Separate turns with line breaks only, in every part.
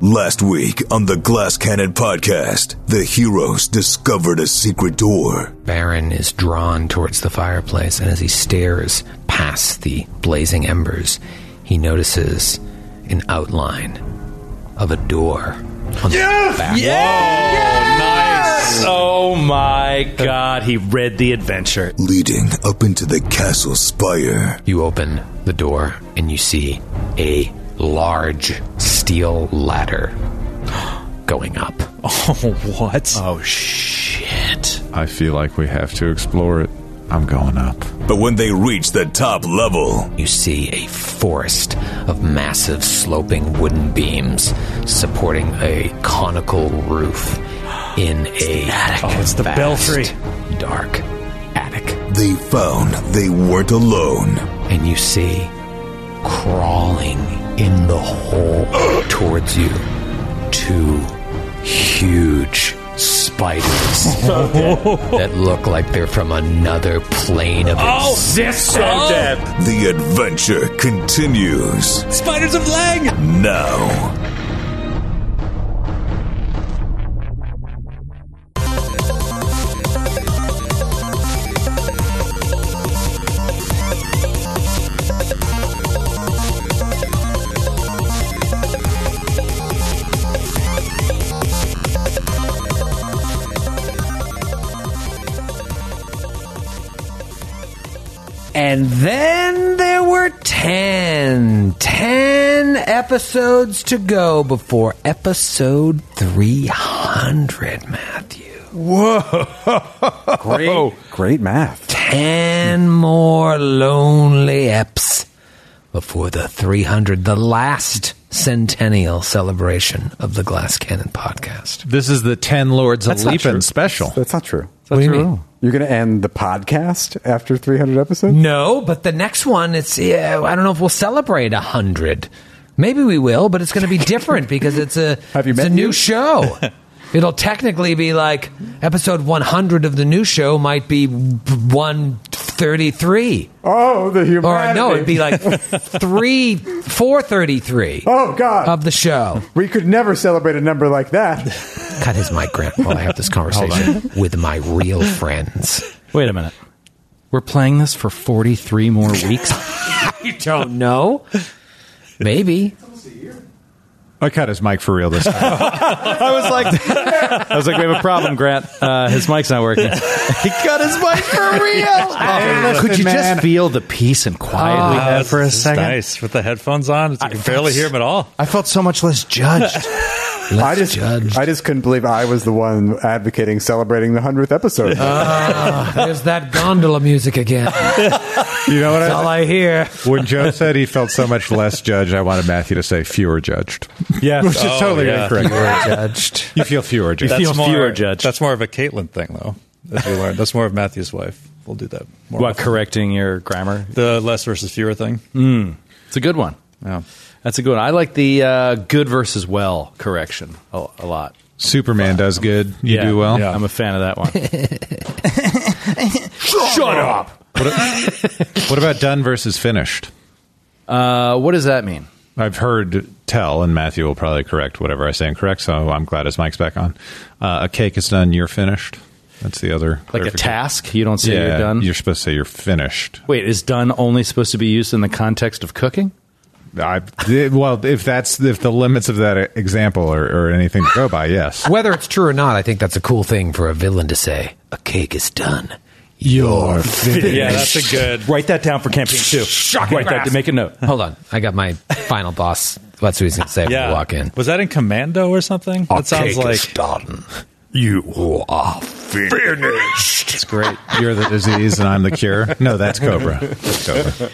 Last week on the Glass Cannon podcast, the heroes discovered a secret door.
Baron is drawn towards the fireplace, and as he stares past the blazing embers, he notices an outline of a door on the back
Oh my god, he read the adventure.
Leading up into the castle spire,
You open the door and you see a large steel ladder going up.
Oh shit.
I feel like we have to explore it. I'm going up.
but when they reach the top level,
You see a forest of massive sloping wooden beams supporting a conical roof in a
Oh, it's the
vast,
belfry.
dark attic.
they found they weren't alone.
and you see crawling in the hole towards you two huge spiders that look like they're from another plane of
Oh, this so dead.
The adventure continues
Spiders of Lang!
now.
And then there were 10. 10 episodes to go before episode 300, Matthew. Whoa. Great.
Great math.
10 more lonely eps before the 300, the last centennial celebration of the Glass Cannon podcast.
This is the Ten Lords of Leaping special.
That's not true.
What do you mean?
You're going to end the podcast after 300 episodes?
No, but the next one, it's, yeah, I don't know if we'll celebrate 100. Maybe we will, but it's going to be different because it's a,
Have you
it's
met
a new
you?
show. It'll technically be like episode 100 of the new show might be 133.
Oh, the humanity.
Or no, it'd be like 3, 433.
Oh, God.
of the show.
we could never celebrate a number like that.
Cut his mic, Grant, while I have this conversation with my real friends.
Wait a minute. We're playing this for 43 more weeks?
You don't know? Maybe.
I cut his mic for real this time.
I was like, I was like, we have a problem, Grant. Uh, his mic's not working. he cut his mic for real. Could you
man.
just feel the peace and quiet we had for a
Uh, This is
second?
Nice with the headphones on. You can barely hear him at all.
I felt so much less judged.
Let's
I just
judge.
I just couldn't believe I was the one advocating celebrating the 100th episode.
There's that gondola music again.
You know what?
That's all
I,
I hear.
when Joe said he felt so much less judged, I wanted Matthew to say fewer judged.
Yeah,
Which
Oh,
is totally incorrect.
Judged.
You feel fewer judged.
That's more,
fewer judged.
That's more of a Caitlin thing, though. As we learned, that's more of Matthew's wife. We'll do that. More
what,
often.
correcting your grammar?
The Uh, less versus fewer thing.
It's a good one.
Yeah.
That's a good one. I like the uh, good versus well correction a, a lot.
Superman does good. You
Yeah,
do well.
yeah. I'm a fan of that one.
What about done versus finished?
Uh, what does that mean?
I've heard tell, and Matthew will probably correct whatever I say incorrect. So I'm glad his mic's back on. Uh, a cake is done. You're finished. That's the other
Like a
clarification.
task? You don't say
Yeah,
you're done?
You're supposed to say you're finished.
Wait, is done only supposed to be used in the context of cooking?
I, it- well, if that's if the limits of that example or, or anything to go by, yes.
Whether it's true or not, I think that's a cool thing for a villain to say. A cake is done. You're finished.
Yeah, that's a good.
Write that down for campaign two. Write that to make a note.
Hold on. I got my final boss. That's what he's going to say when
Yeah.
we walk in.
Was that in Commando or something?
Our
That sounds
cake
like
is done. You are finished.
It's great. You're the disease and I'm the cure. No, that's Cobra. That's Cobra.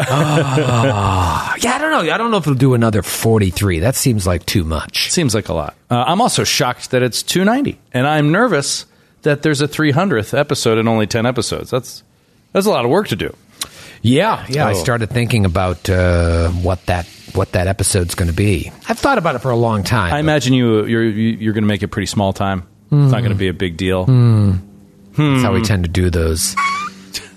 Yeah, I don't know. I don't know if it'll do another 43. That seems like too much.
Seems like a lot. Uh, I'm also shocked that it's 290, and I'm nervous that there's a 300th episode and only 10 episodes. That's that's a lot of work to do.
Yeah, yeah. I started thinking about uh, what that what that episode's going to be. I've thought about it for a long time.
I imagine you you're you- you're going to make it pretty small time. It's not going to be a big deal.
That's how we tend to do those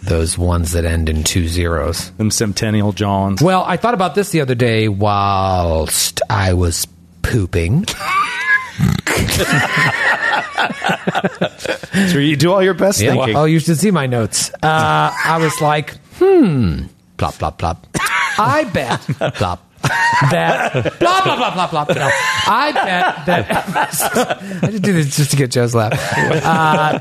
those ones that end in two zeros.
Them Centennial Johns.
Well, I thought about this the other day whilst I was pooping.
So you do all your best
Yeah.
thinking.
Oh, you should see my notes. Uh, I was like, hmm, plop, plop, plop. I bet, plop, that, plop, plop, plop, plop, plop. plop. I bet that, I just do this just to get Joe's laugh. Uh,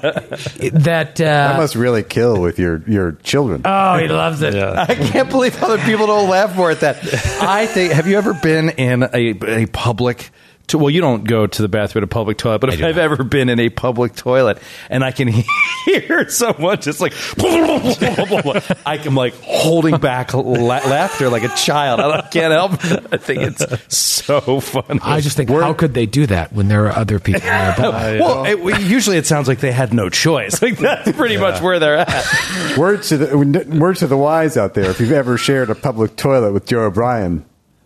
that,
That
uh,
must really kill with your, your children.
oh, he loves it.
Yeah.
I can't believe other people don't laugh more at that. I think. Have you ever been in a a public? To, well, you don't go to the bathroom at a public toilet, but if I've ever been in a public toilet and I can hear someone just like, I am like holding back la- laughter like a child. I don't- can't help. it. I think it's so funny.
I just think, how could they do that when there are other people nearby?
well, it, we- usually it sounds like they had no choice. Like that's pretty much where they're at.
word, to the, word to the wise out there if you've ever shared a public toilet with Joe O'Brien,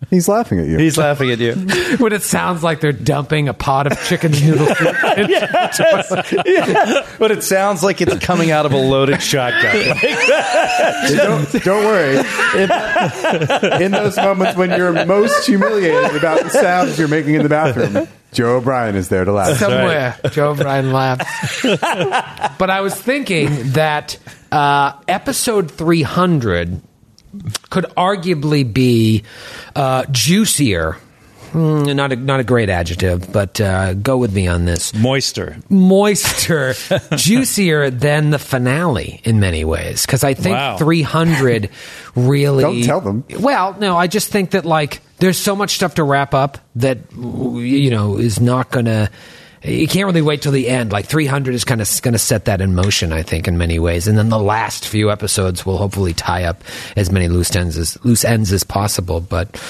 he's laughing at you.
He's laughing at you.
when it sounds like they're dumping a pot of chicken noodle soup.
But it sounds like it's coming out of a loaded shotgun.
don't, don't worry. In, in those moments when you're most humiliated about the sounds you're making in the bathroom, Joe O'Brien is there to laugh.
somewhere. Joe Bryan laughs. but I was thinking that uh, episode 300 could arguably be uh, juicier. Hmm, not a, not a great adjective, but uh, go with me on this.
Moister.
Moister, juicier than the finale in many ways. Because I think
Wow.
300 really.
Don't tell them.
Well, no, I just think that like there's so much stuff to wrap up that w- you know is not gonna. You can't really wait till the end. Like 300 is kind of going to set that in motion, I think, in many ways. And then the last few episodes will hopefully tie up as many loose ends as loose ends as possible. But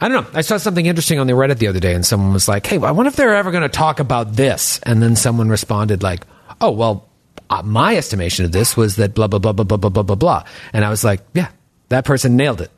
I don't know. I saw something interesting on the Reddit the other day, and someone was like, "Hey, I wonder if they're ever going to talk about this." And then someone responded like, "Oh, well, uh, my estimation of this was that blah blah blah blah blah blah blah blah blah." And I was like, "Yeah, that person nailed it."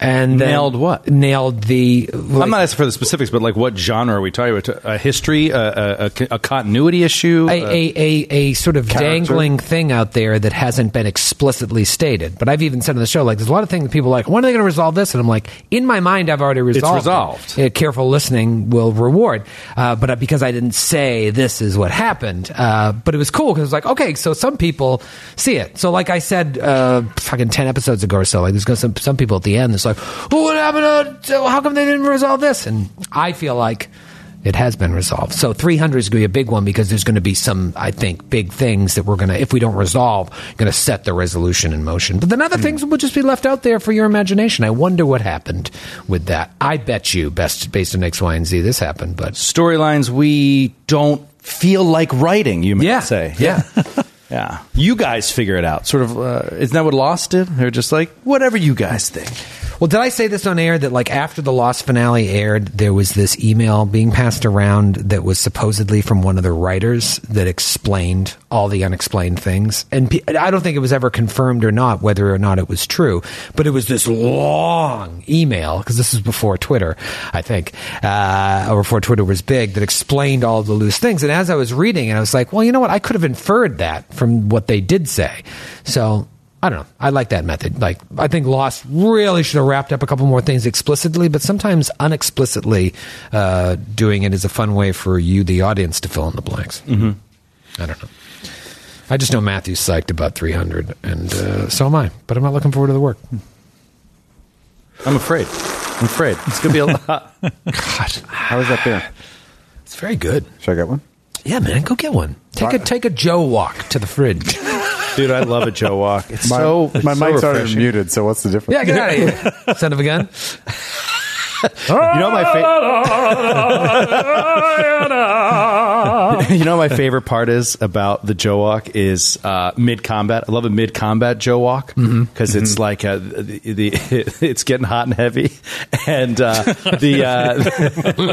And then-
Nailed what?
Nailed the.
I'm not asking for the specifics, but like what genre are we talking about? A history, a, a, a continuity issue?
a, a, a, a sort of dangling thing out there that hasn't been explicitly stated. But I've even said on the show, like, there's a lot of things that people are like, when are they going to resolve this? And I'm like, in my mind, I've already resolved. it."
resolved.
Yeah, careful listening will reward. Uh, but because I didn't say this is what happened, uh, but it was cool because it was like, okay, so some people see it. So, like I said, uh, fucking 10 episodes ago or so, like, there's gonna some, some people at the end that's like, oh, what happened? To, how come they didn't resolve this? And I feel like, it has been resolved. So 300 is going to be a big one because there's going to be some, I think, big things that we're going to, if we don't resolve, going to set the resolution in motion. But then other things will just be left out there for your imagination. I wonder what happened with that. I bet you, best based on X, Y, and Z, this happened. But
Storylines we don't feel like writing, you might say.
yeah.
Yeah. You guys figure it out. Sort of, uh, isn't that what Lost did? They're just like, whatever you guys think.
Well, did I say this on air that like after the Lost finale aired, there was this email being passed around that was supposedly from one of the writers that explained all the unexplained things, and pe- I don't think it was ever confirmed or not whether or not it was true, but it was this long email because this was before Twitter, I think, uh, or before Twitter was big that explained all the loose things. And as I was reading, it, I was like, well, you know what, I could have inferred that from what they did say, so. I don't know. I like that method. Like, I think Lost really should have wrapped up a couple more things explicitly, but sometimes unexplicitly uh, doing it is a fun way for you, the audience, to fill in the blanks. Mm-hmm. I don't know. I just know Matthew's psyched about 300, and uh, so am I. But I'm not looking forward to the work.
I'm afraid. I'm afraid. It's going to be a lot.
How is that beer?
It's very good.
Should I get one?
Yeah, man, go get one. Take a take a Joe walk to the fridge.
Dude, I love a Joe Walk. It's
My,
so.
my
it's so
mic's already
refreshing.
muted, so what's the difference?
Yeah, get out of here, son of a gun.
You know my favorite. you know my favorite part is about the Joe Walk is uh, mid combat. I love a mid combat Joe Walk because it's like uh the, the it's getting hot and heavy, and uh, the uh,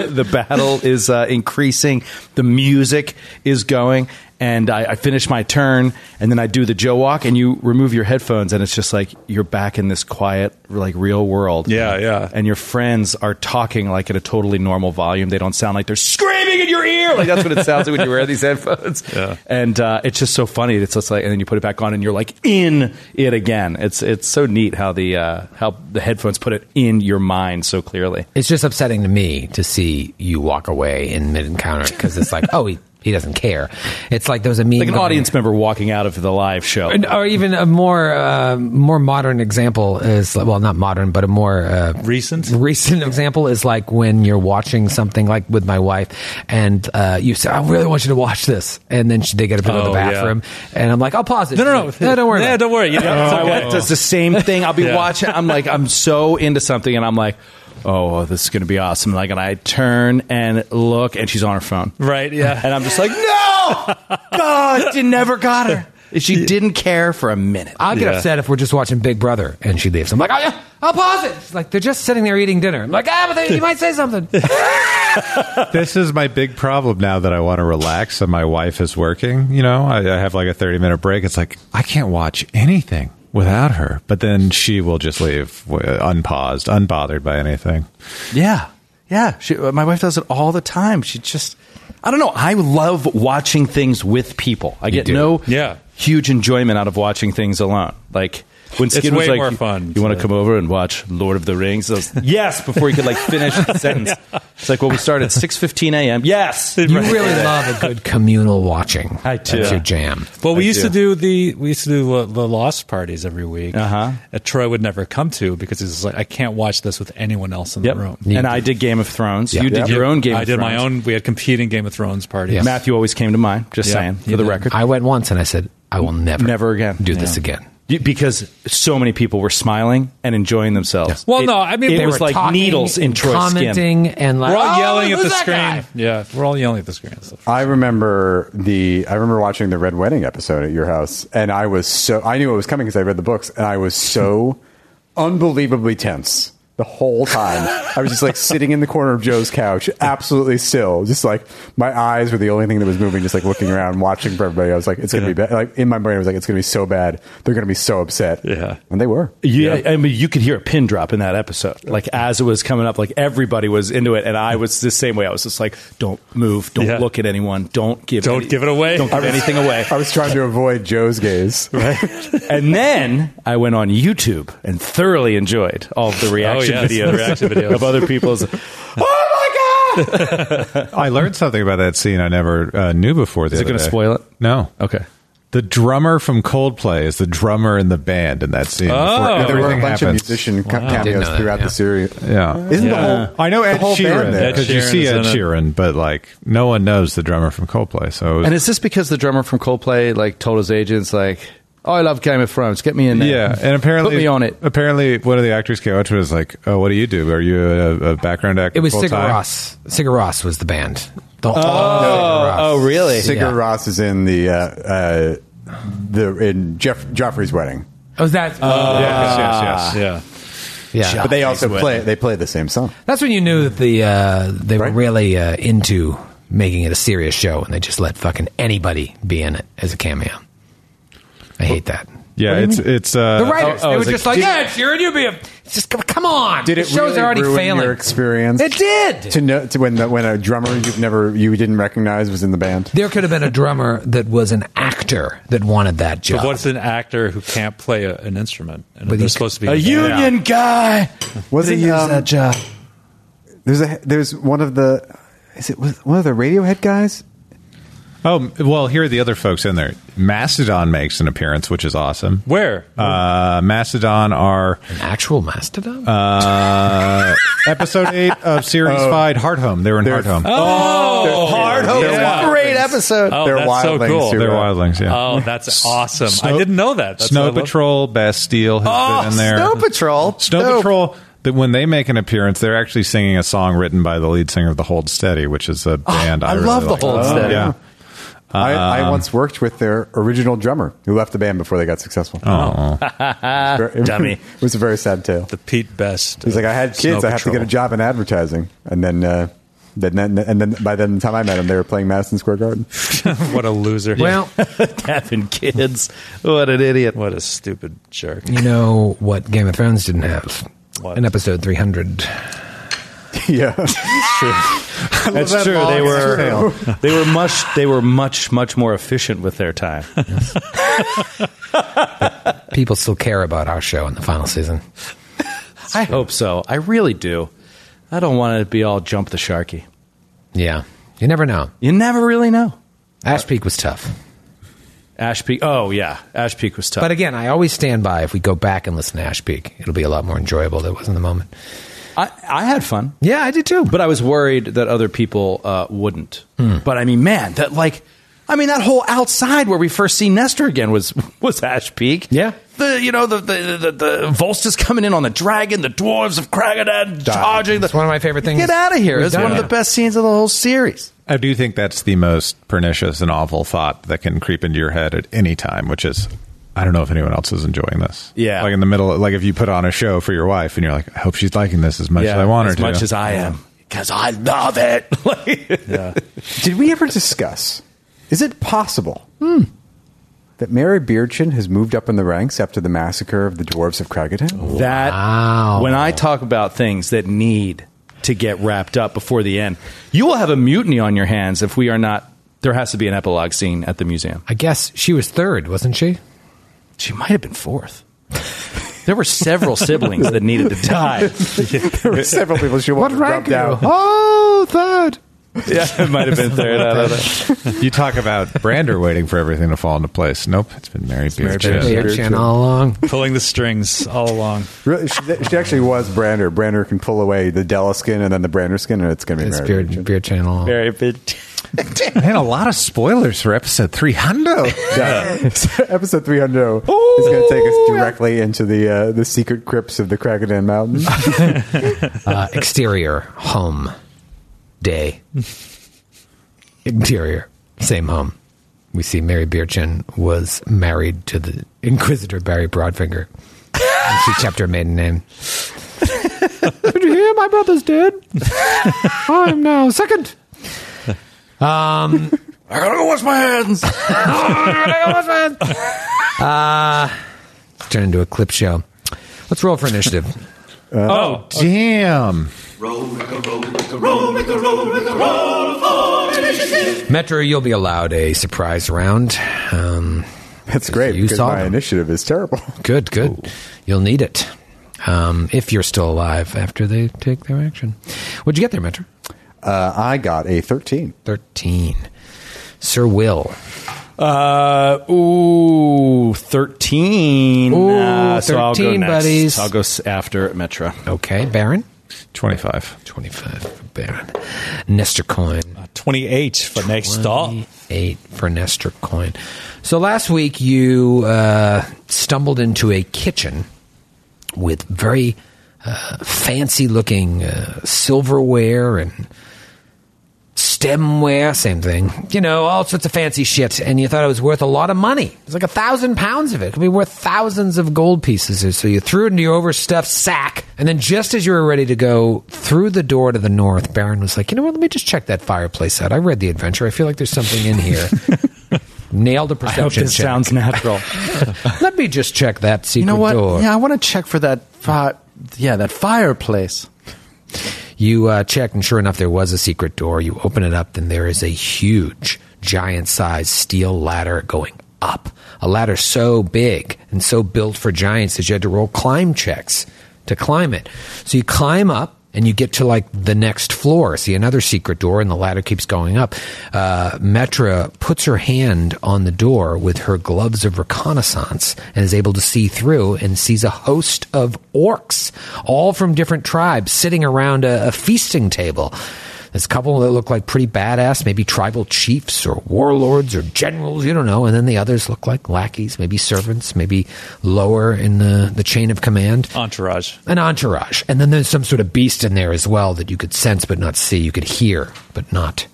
the battle is uh, increasing. The music is going. and I, I finish my turn, and then I do the Joe walk, and you remove your headphones, and it's just like you're back in this quiet, like real world.
Yeah, yeah.
And your friends are talking like at a totally normal volume. They don't sound like they're screaming in your ear. Like that's what it sounds like when you wear these headphones.
Yeah.
And uh, it's just so funny. It's just like, and then you put it back on, and you're like in it again. It's it's so neat how the uh, how the headphones put it in your mind so clearly.
It's just upsetting to me to see you walk away in mid encounter because it's like, oh, he, he doesn't care. It's like there was a meme
Like an
going-
audience member walking out of the live show.
And- or even a more uh, more modern example is well, not modern, but a more uh,
Recent?
recent example is like when you're watching something like with my wife, and uh, you say, "I really want you to watch this," and then she, they get up into the
Oh, yeah.
bathroom, and I'm like, "I'll pause it."
No, no, no.
don't worry.
Yeah,
about it."
don't worry. You know, it's
my
okay.
wife does the same thing. I'll be
Oh. Yeah.
watching. I'm like, I'm so into something, and I'm like, oh, this is gonna be awesome. Like, and I turn and look, and she's on her phone.
Right, yeah.
And I'm just like, no, God, you never got her. She didn't care for a minute.
I'll get
Yeah.
upset if we're just watching Big Brother and she leaves. I'm like, oh, yeah, I'll pause it. She's like, they're just sitting there eating dinner. I'm like, ah, but they, you might say something.
this is my big problem now that I want to relax and my wife is working. You know, I, I have like a 30 minute break. It's like, I can't watch anything without her. But then she will just leave w- unpaused, unbothered by anything.
Yeah, yeah. She, uh, my wife does it all the time. She just, I don't know. I love watching things with people. I get
do.
no
Yeah.
huge enjoyment out of watching things alone. Like when
It's
Skid was
way
like,
more fun
"You want to
to-
come over and watch Lord of the Rings?" I was, yes, before he could like finish the sentence. It's like well, we start at six fifteen a.m. Yes,
You really love a good communal watching.
I do.
That's your jam.
Well, we
I
used
do.
to do the we used to do uh, the lost parties every week.
Uh-huh.
That Troy would never come to because he's like, I can't watch this with anyone else in
Yep.
the room.
And I did Game of Thrones. You did
Yep.
your own Game.
I
of
did my
Thrones.
own. We had competing Game of Thrones parties.
Yeah.
Matthew always came to mind. Just
Yeah,
saying
he
for the
did.
record.
I went once and I said, I will never,
Never again.
do
Yeah.
this again.
You- because so many people were smiling and enjoying themselves.
Well,
It-
no, I mean,
it
they
was
were
like
Talking
needles in
and
Troy's skin.
commenting and like
We're all
"Oh,
yelling at
who's
the
that
screen.
guy?"
Yeah, we're all yelling at the screen. and stuff.
I remember the I remember watching the Red Wedding episode at your house, and I was so I knew it was coming because I read the books, and I was so unbelievably tense the whole time. I was just like sitting in the corner of Joe's couch, absolutely still, just like my eyes were the only thing that was moving, just like looking around, watching for everybody. I was like, it's gonna be bad. Like in my brain, I was like, it's gonna be so bad. They're gonna be so upset.
Yeah.
and they were.
Yeah, I mean, you could hear a pin drop in that episode. Like as it was coming up, like everybody was into it, and I was the same way. I was just like, "Don't move, don't
Yeah.
look at anyone, don't give,
Don't give it away.
don't give anything away."
I was trying to avoid Joe's gaze.
and then I went on YouTube and thoroughly enjoyed all of the reaction
Oh, yes, the
videos,
reaction videos.
of other people's. Oh my god!
I learned something about that scene I never uh, knew before. The
Is it
going
going to spoil it?
No.
Okay.
The drummer from Coldplay is the drummer in the band in that scene. before
Oh.
There were a
everything
bunch of
happens.
musician ca-
Didn't
cameos
know that,
throughout
yeah.
the series.
Yeah.
Isn't
Yeah.
the whole
I know
the
Ed
whole
Sheeran
band there?
Ed
because you
Sheeran
see
is
Ed
in it.
Sheeran, but like no one knows the drummer from Coldplay. So it was-
And is this because the drummer from Coldplay like told his agents like, "Oh, I love Game of Thrones. Get me in there."
Yeah, and apparently
put me on it.
Apparently, one of the actors came up to it was like, "Oh, what do you do? Are you a, a background actor?"
It was
full
Sigur
time?"
Ross. Sigur Ross was the band. The oh,
Oh, really?
Sigur
Yeah.
Ross is in the uh, uh, the in Jeff Joffrey's wedding,
Oh, is that?
Uh,
Yes,
Ah.
yes, yes.
Yeah.
yeah.
but they also play they play the same song.
That's when you knew that the uh, they
Right.
were really uh, into making it a serious show, and they just let fucking anybody be in it as a cameo. I hate that.
Yeah, it's it's uh,
The writers,
oh,
they
it
were
was
just
like-
like, yeah, Sheeran, you be a. It's just come- come on.
Did it
the shows
really
are already
ruin
failing.
your experience?
It did.
To know to when the, when a drummer you've never you didn't recognize was in the band.
There could have been a drummer that was an actor that wanted that job.
But what's an actor who can't play a, an instrument? And
But
they're
he-
supposed to be
A union guy.
Was it um,
job.
there's a there's one of the is it was one of the Radiohead guys?
oh well. Here are the other folks in there. Mastodon makes an appearance, which is awesome.
Where?
Uh, Mastodon are
An actual mastodon?
uh, episode eight of series five, Heart Home. They were in
They're-
Heart Home.
oh,
Hard Hope is a great episode.
Oh,
They're
that's so
wildlings,
cool.
you're
They're
right.
wildlings. Yeah.
Oh, that's awesome! I
Snow-
didn't know that. That's
Snow
what I love.
Patrol, Bass Steel has
Oh,
been in there.
Snow Patrol.
Snow
Dope.
Patrol. That when they make an appearance, they're actually singing a song written by the lead singer of the Hold Steady, which is a band I,
I
really
love the
like. Oh,
Hold Steady.
Yeah.
I, I once worked with their original drummer who left the band before they got successful.
Oh.
Very-
dummy.
it was a very sad tale.
The Pete Best.
He's like, I had kids. I have to get a job in advertising, and then uh, Then, then, and then by then, the time I met him, they were playing Madison Square Garden.
what a loser.
Well,
having kids. What an idiot.
What a stupid jerk.
you know what Game of Thrones didn't have?
What?
An episode 300.
yeah,
That's
that
true.
long
They were
trail.
they were much they were much much more efficient with their time.
People still care about our show in the final season.
I hope so. I really do. I don't want it to be all jump the sharky.
Yeah. You never know.
You never really know.
Ash Peak was tough.
Ash Peak. Oh yeah, Ash Peak was tough.
But again, I always stand by if we go back and listen to Ash Peak, it'll be a lot more enjoyable than it was in the moment.
I, I had fun.
Yeah, I did too.
but I was worried that other people uh, wouldn't.
Hmm.
But I mean, man, that like, I mean, that whole outside where we first see Nestor again was was Ash Peak.
Yeah.
the you know the the the, the Volstas coming in on the dragon, the dwarves of Kragadan charging.
It's
The,
one of my favorite things.
get out of here!
we've
It's one
done.
of the best scenes of the whole series.
I do think that's the most pernicious and awful thought that can creep into your head at any time, which is, I don't know if anyone else is enjoying this.
Yeah.
Like in the middle, like if you put on a show for your wife and you're like, I hope she's liking this as much as I want her
as
to.
much as I am, because I love it. Like-
Did we ever discuss? Is it possible that Mary Beardchin has moved up in the ranks after the massacre of the dwarves of Kragadan?
That
Wow.
when I talk about things that need to get wrapped up before the end, you will have a mutiny on your hands if we are not. There has to be an epilogue scene at the museum.
I guess she was third, wasn't she?
She might have been fourth. There were several siblings that needed to die.
There were several people she wanted to drop down.
Oh, third.
Yeah, it might have been third. I don't know.
you talk about Brander waiting for everything to fall into place. Nope, it's been Mary
Mary
Beardchin.
Beardchin.
Weird
true.
chin all along.
Pulling the strings all along.
Really, she, she actually was Brander. Brander can pull away the Della skin and then the Brander skin, and it's going to be
It's
Mary
beard,
Beardchin.
beard chin all along.
Man, a lot of spoilers for episode 300.
Yeah. So episode 300 is going to take us directly into the uh, the secret crypts of the Kragadan Mountain.
Uh, exterior, home, day. Interior, same home. We see Mary Beerchin was married to the Inquisitor Barry Broadfinger. And she kept her maiden name. Did you hear? My brother's dead. I'm now second.
I gotta go wash my hands.
uh, turn into a clip show. Let's roll for initiative.
Oh,
Damn.
Metro, you'll be allowed a surprise round. Um,
That's great
you
because
saw
my
them.
initiative is terrible.
Good, good. You'll need it um, if you're still alive after they take their action. What'd you get there, Mentor?
Uh, I got a 13.
13. Sir Will.
uh, ooh, thirteen.
Ooh,
Uh, so I'll go
13,
next.
buddies.
I'll go s- after Metra.
Okay. Baron.
25.
25 for Baron. Nestor Coin.
28 for next stop.
28 for Nestor Coin. So last week you uh, stumbled into a kitchen with very uh, fancy looking uh, silverware and stemware, same thing. You know, all sorts of fancy shit. And you thought it was worth a lot of money. It's like a thousand pounds of it. It could be worth thousands of gold pieces. So you threw it into your overstuffed sack. And then just as you were ready to go through the door to the north, Baron was like, you know what? Let me just check that fireplace out. I read the adventure. I feel like there's something in here. Nailed a
I hope
perception
this
check.
sounds natural.
Let me just check that secret
you know what?
door.
Yeah, I want to check for that. Fi- yeah, that fireplace.
You uh, checked, and sure enough, there was a secret door. You open it up, and there is a huge, giant sized steel ladder going up. A ladder so big and so built for giants that you had to roll climb checks to climb it. So you climb up. And you get to like the next floor, see another secret door, and the ladder keeps going up. Uh, Metra puts her hand on the door with her gloves of reconnaissance and is able to see through and sees a host of orcs, all from different tribes, sitting around a, a feasting table. There's a couple that look like pretty badass, maybe tribal chiefs or warlords or generals, you don't know. And then the others look like lackeys, maybe servants, maybe lower in the, the chain of command
Entourage.
an entourage. And then there's some sort of beast in there as well that you could sense but not see. You could hear but not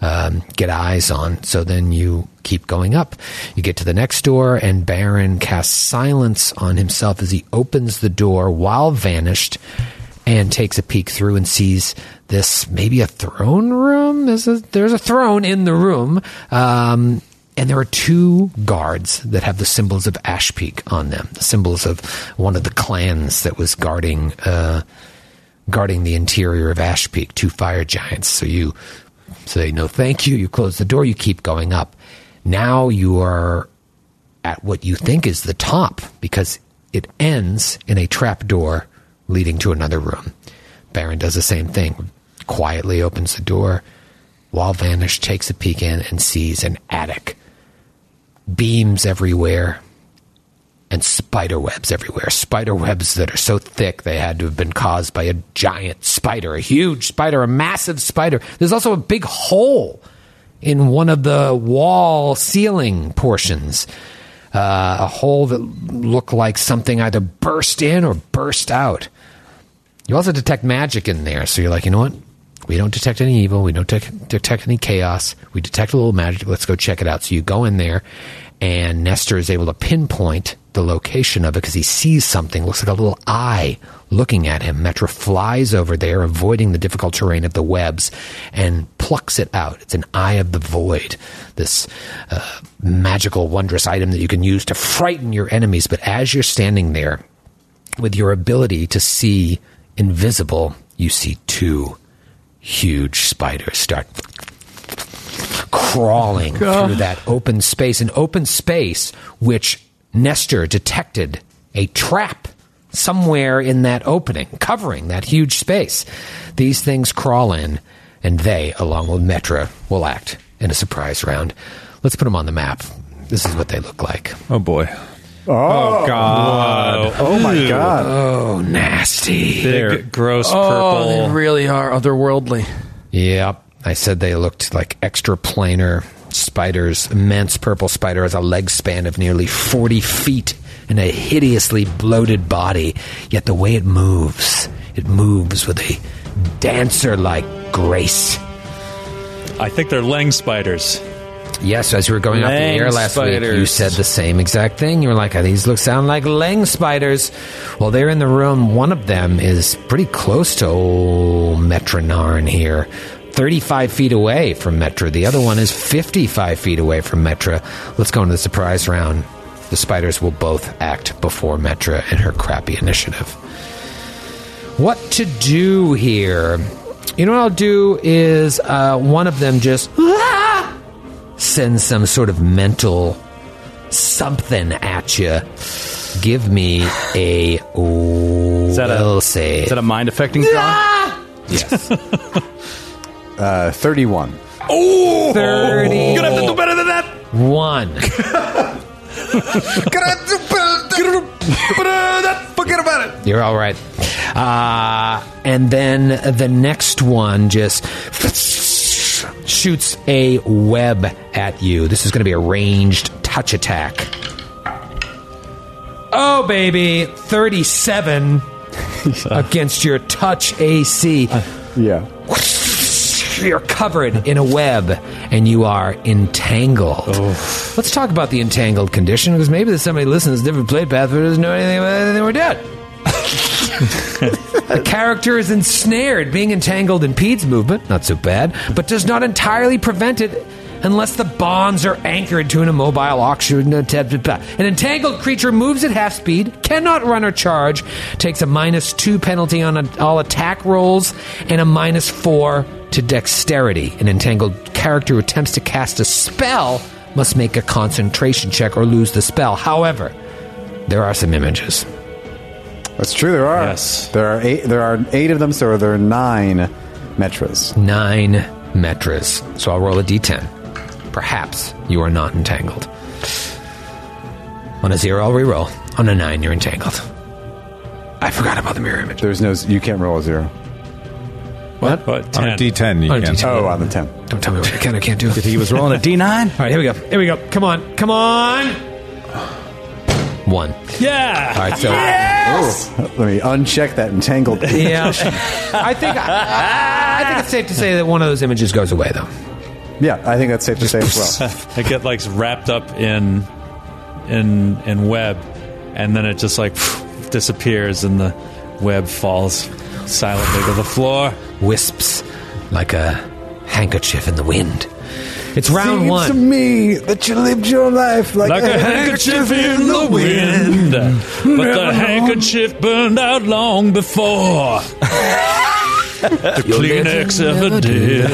um, get eyes on. So then you keep going up. You get to the next door, and Baron casts silence on himself as he opens the door while vanished. and takes a peek through and sees this maybe a throne room. There's a, there's a throne in the room, um, and there are two guards that have the symbols of Ash Peak on them, the symbols of one of the clans that was guarding uh, guarding the interior of Ash Peak. Two fire giants. So you say no, thank you. You close the door. You keep going up. Now you are at what you think is the top because it ends in a trap door leading to another room. Baron does the same thing, quietly opens the door. Wall Vanish takes a peek in and sees an attic. Beams everywhere and spider webs everywhere. Spider webs that are so thick they had to have been caused by a giant spider, a huge spider, a massive spider. There's also a big hole in one of the wall ceiling portions. Uh, a hole that looked like something either burst in or burst out. You also detect magic in there, so you're like, you know what? We don't detect any evil. We don't dec detect any chaos. We detect a little magic. Let's go check it out. So you go in there, and Nestor is able to pinpoint the location of it because he sees something. Looks like a little eye looking at him. Metra flies over there, avoiding the difficult terrain of the webs, and plucks it out. It's an eye of the void, this uh, magical, wondrous item that you can use to frighten your enemies. But as you're standing there, with your ability to see invisible, you see two huge spiders start crawling through that open space. An open space which Nestor detected a trap somewhere in that opening, covering that huge space. These things crawl in, and they, along with Metra, will act in a surprise round. Let's put them on the map. This is what they look like.
Oh boy.
Oh,
God.
oh my God.
Oh, nasty.
Big, gross
Oh, they
purple.
really are otherworldly.
Yep. I said they looked like extraplanar spiders. Immense purple spider has a leg span of nearly 40 feet and a hideously bloated body. Yet the way it moves, it moves with a dancer like grace.
I think they're Lang spiders.
Yes, as we were going off
Lang
the air last week, you
spiders.
said the same exact thing. You were like, "Oh, "These look sound like Lang spiders." Well, they're in the room. One of them is pretty close to old Metronarn here, thirty-five feet away from Metra. The other one is fifty-five feet away from Metra. Let's go into the surprise round. The spiders will both act before Metra and her crappy initiative what to do here. You know what I'll do is uh, one of them just "Ah!" sends some sort of mental something at you. Give me a
that a-
will save.
Is that a mind affecting draw?
yes.
Uh, 31.
30
Gonna have to do better than that.
one.
Forget about it.
You're all right. Uh, and then the next one just shoots a web at you. This is going to be a ranged touch attack. Oh, baby. 37 against your touch AC.
Yeah.
You're covered in a web and you are entangled. Let's talk about the entangled condition because maybe there's somebody listening that's never played Pathfinder doesn't know anything about it and they were dead. The character is ensnared, being entangled in Pete's movement, not so bad, but does not entirely prevent it unless the bonds are anchored to an immobile auction. An entangled creature moves at half speed, cannot run or charge, takes a minus two penalty on all attack rolls, and a minus four to dexterity. An entangled character who attempts to cast a spell must make a concentration check or lose the spell. However, there are some images.
That's true. There are.
Yes.
There are eight. There are eight of them. So there are nine metras.
nine metras. So I'll roll a d10. Perhaps you are not entangled. On a zero, I'll reroll. On a nine, you're entangled. I forgot about the mirror image.
There's no. You can't roll a zero.
What? What?
On a
Ten.
D10, you
On a
can.
D10.
Oh, on the ten.
Don't tell me what I can or can't do. All
He was rolling a D nine.
right, here we go. Here we go. Come on. Come on. One.
Yeah.
All right, so.
Let me uncheck that entangled.
Yeah. I think I, I think it's safe to say that one of those images goes away, though.
yeah, I think that's safe to say as well.
I get like wrapped up in in in web, and then it just like disappears, and the web falls. silently to the floor.
wisps like a handkerchief in the wind. It's round
Seems
one.
to me that you lived your life like,
Like a handkerchief in the wind. But the handkerchief burned out long before. the Kleenex ever did.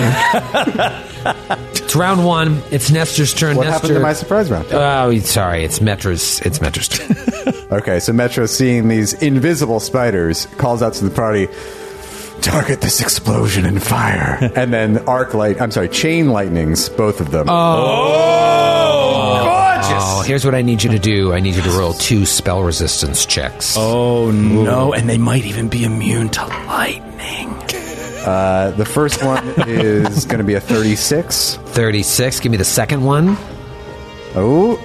It's round one. It's Nestor's turn.
What
Nestor,
happened to my surprise round?
Oh, sorry. It's Metra's. It's Metra's turn.
Okay, so Metro, seeing these invisible spiders, calls out to the party, "Target this explosion and fire!" and then arc light—I'm sorry, chain lightnings, both of them.
Uh,
Oh, here's what I need you to do. I need you to roll two spell resistance checks. Oh,
No, and they might even be immune to lightning.
Uh, the first one is going to be a 36.
36. Give me the second one.
Oh,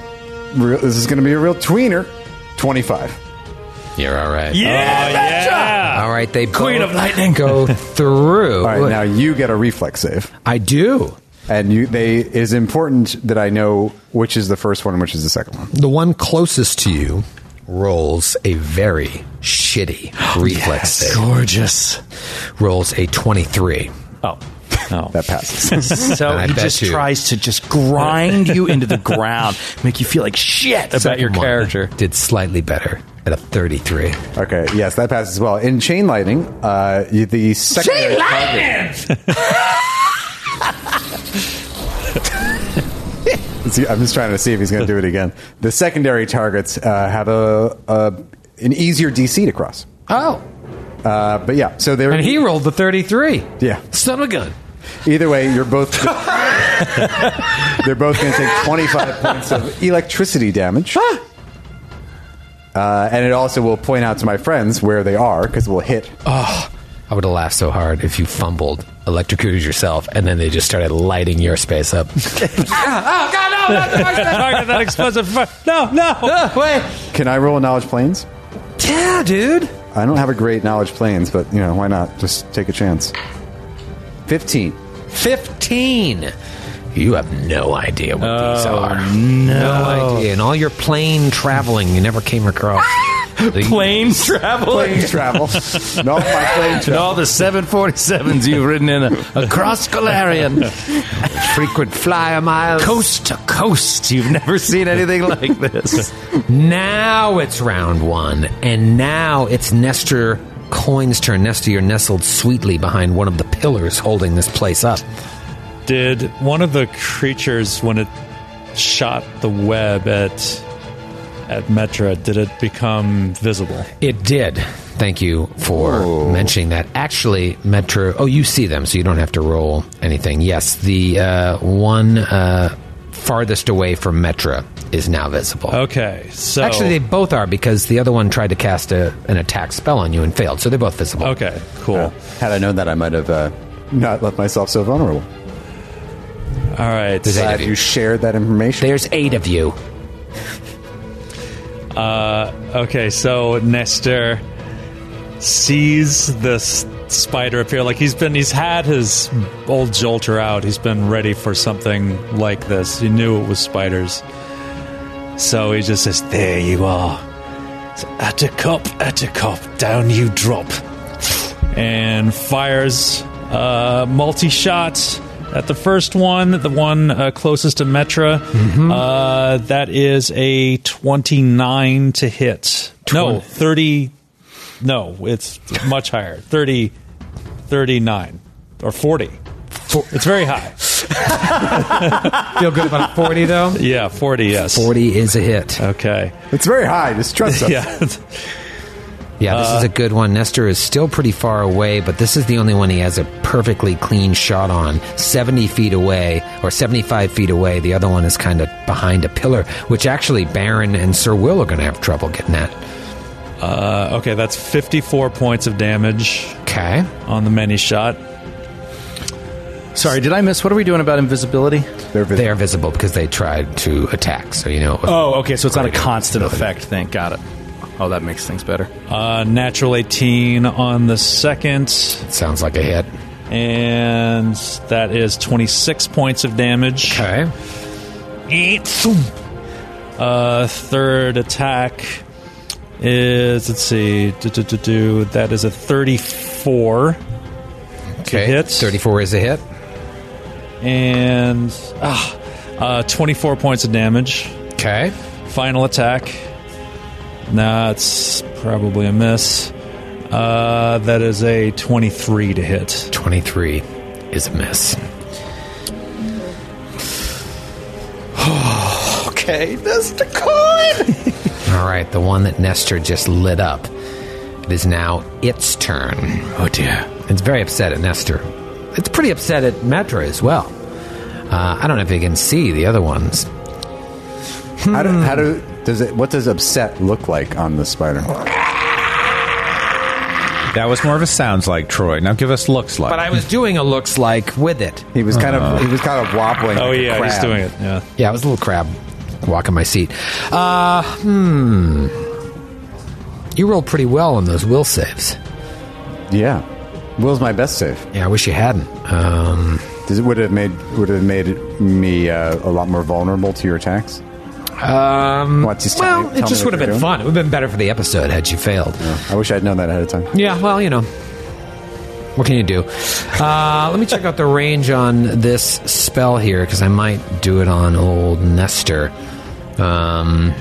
real, this is going to be a real tweener. 25.
You're all right.
Yeah, Oh, yeah.
All right. They Queen of Lightning go through.
All right, now you get a reflex save,
I do.
and you they it is important that I know which is the first one and which is the second one.
The one closest to you rolls a very shitty reflex save.
Gorgeous.
Rolls a 23.
Oh.
That passes.
So
And I
he
bet
just
you-
tries to just grind you into the ground, make you feel like shit about your
One
character.
Did slightly better at a 33.
okay, yes, that passes as well. In chain lightning, uh, you- the second chain lightning. See, I'm just trying to see if he's going to do it again. The secondary targets uh, have a, a an easier DC to cross.
Oh.
Uh, but yeah, so they're
And he rolled the 33.
yeah.
Son of a gun.
Either way, you're both. they're both going to take 25 points of electricity damage. Uh, and it also will point out to my friends where they are because we'll hit.
I would have laughed so hard if you fumbled, electrocuted yourself, and then they just started lighting your space up.
Target that explosive fire. No, no.
Can I roll a knowledge planes?
yeah, dude.
I don't have a great knowledge planes, but you know why not? Just take a chance. 15.
15. You have no idea what
Oh,
these are. No. idea. And all your plane traveling you never came across.
Plane travel.
Plane travel. no, my plane
And
travel.
all the 747s you've ridden in across Galarian,
Frequent flyer miles.
coast to coast. You've never seen anything like this.
Now it's round one, and now it's Nestor Coin's turn. Nestor, you're nestled sweetly behind one of the pillars holding this place up.
Did one of the creatures, when it shot the web at at Metra, did it become visible?
It did. Thank you for mentioning that. Actually, Metro. Oh, you see them, so you don't have to roll anything. Yes, the uh, one uh, farthest away from Metra is now visible.
Okay, Oh, so
Actually, they both are because the other one tried to cast a, an attack spell on you and failed, so they're both visible.
okay, cool.
Had I known that, I might have uh, not left myself so vulnerable.
All right.
There's eight
Glad
of you.
you shared that information.
There's eight of you.
Okay, so Nestor sees this spider appear. Like he's been, he's had his old jolter out. He's been ready for something like this. He knew it was spiders. So he just says, There you are. So at a cop, at a cop, down you drop. And fires uh, multi shots at the first one, the one uh, closest to Metra.
Mm-hmm.
Uh, that is a 29 to hit. No, 30. No, it's much higher. 30, 39, or 40. It's very high.
Feel good about 40, though?
Yeah, 40, yes.
40 is a hit.
Okay.
it's very high. Just trust us.
Yeah.
Yeah, this is a good one. Nestor is still pretty far away, but this is the only one he has a perfectly clean shot on. 70 feet away, or 75 feet away. The other one is kind of behind a pillar, which actually Baron and Sir Will are going to have trouble getting at.
Uh, okay, that's 54 points of damage
Okay.
on the many shot.
Sorry, did I miss? What are we doing about invisibility?
They're vis-
They are visible because they tried to attack, so you know. it was-
Oh, okay. So it's not a constant effect thing. Got it. Oh, that makes things better.
Uh, natural 18 on the second,
Sounds like a hit.
and that is 26 points of damage.
Okay.
Uh, third attack is, let's see, do, do, do, do, that is a 34 34
Okay.
hits.
34 is a hit.
and ah, uh, 24 points of damage.
Okay.
Final attack. Nah, it's probably a miss. Uh, that is a 23 to hit.
23 is a miss.
Okay, that's the coin.
All right, the one that Nestor just lit up. It is now its turn. Oh dear. It's very upset at Nestor. It's pretty upset at Metra as well. Uh, I don't know if you can see the other ones.
How do, how do
Mm.
does it? What does upset look like on the spider?
Oh. That was more of a sounds like Troy. Now give us looks like.
But I was doing a looks like with it.
He was kind of he was kind of wobbling.
Uh-huh. Oh,
like a
yeah, he's
crab.
doing it. Yeah.
Yeah, I was a little crab walking my seat. Uh, hmm. You rolled pretty well on those will saves.
Yeah, Will's my best save.
Yeah, I wish you hadn't. Um,
Does it would it have made would it have made me uh, a lot more vulnerable to your attacks? Um, what, just
well,
tell me- tell
it
me
just
what
would have been
you're doing?
fun. It would have been better for the episode had you failed.
I wish I'd known that ahead of time.
Yeah, well, you know. What can you do? Uh, let me check out the range on this spell here because I might do it on old Nestor. Um,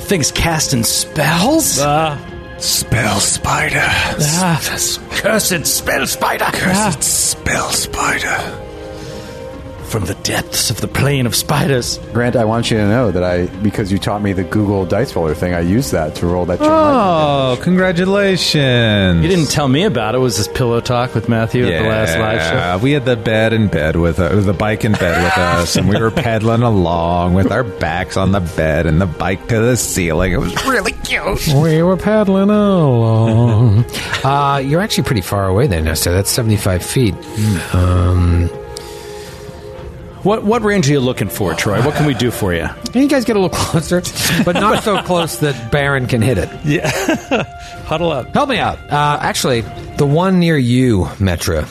Things casting spells.
Uh,
Spell spider.
Cursed spell spider.
Ah. Cursed spell spider.
From the depths of the plane of spiders.
Grant, I want you to know that I because you taught me the Google dice roller thing. I used that to roll that. Oh.
Oh, congratulations.
You didn't tell me about it. it was this pillow talk with Matthew at the last live show?
we had the bed in bed with uh, the bike in bed with us, and we were pedaling along with our backs on the bed and the bike to the ceiling. It was really cute.
we were paddling along. uh, you're actually pretty far away there, Nestor. That's 75 feet. Um,
What what range are you looking for, Troy? What can we do for you?
you guys get a little closer, but not so close that Baron can hit it.
Huddle up.
Help me out. Uh, actually, the one near you, Metra,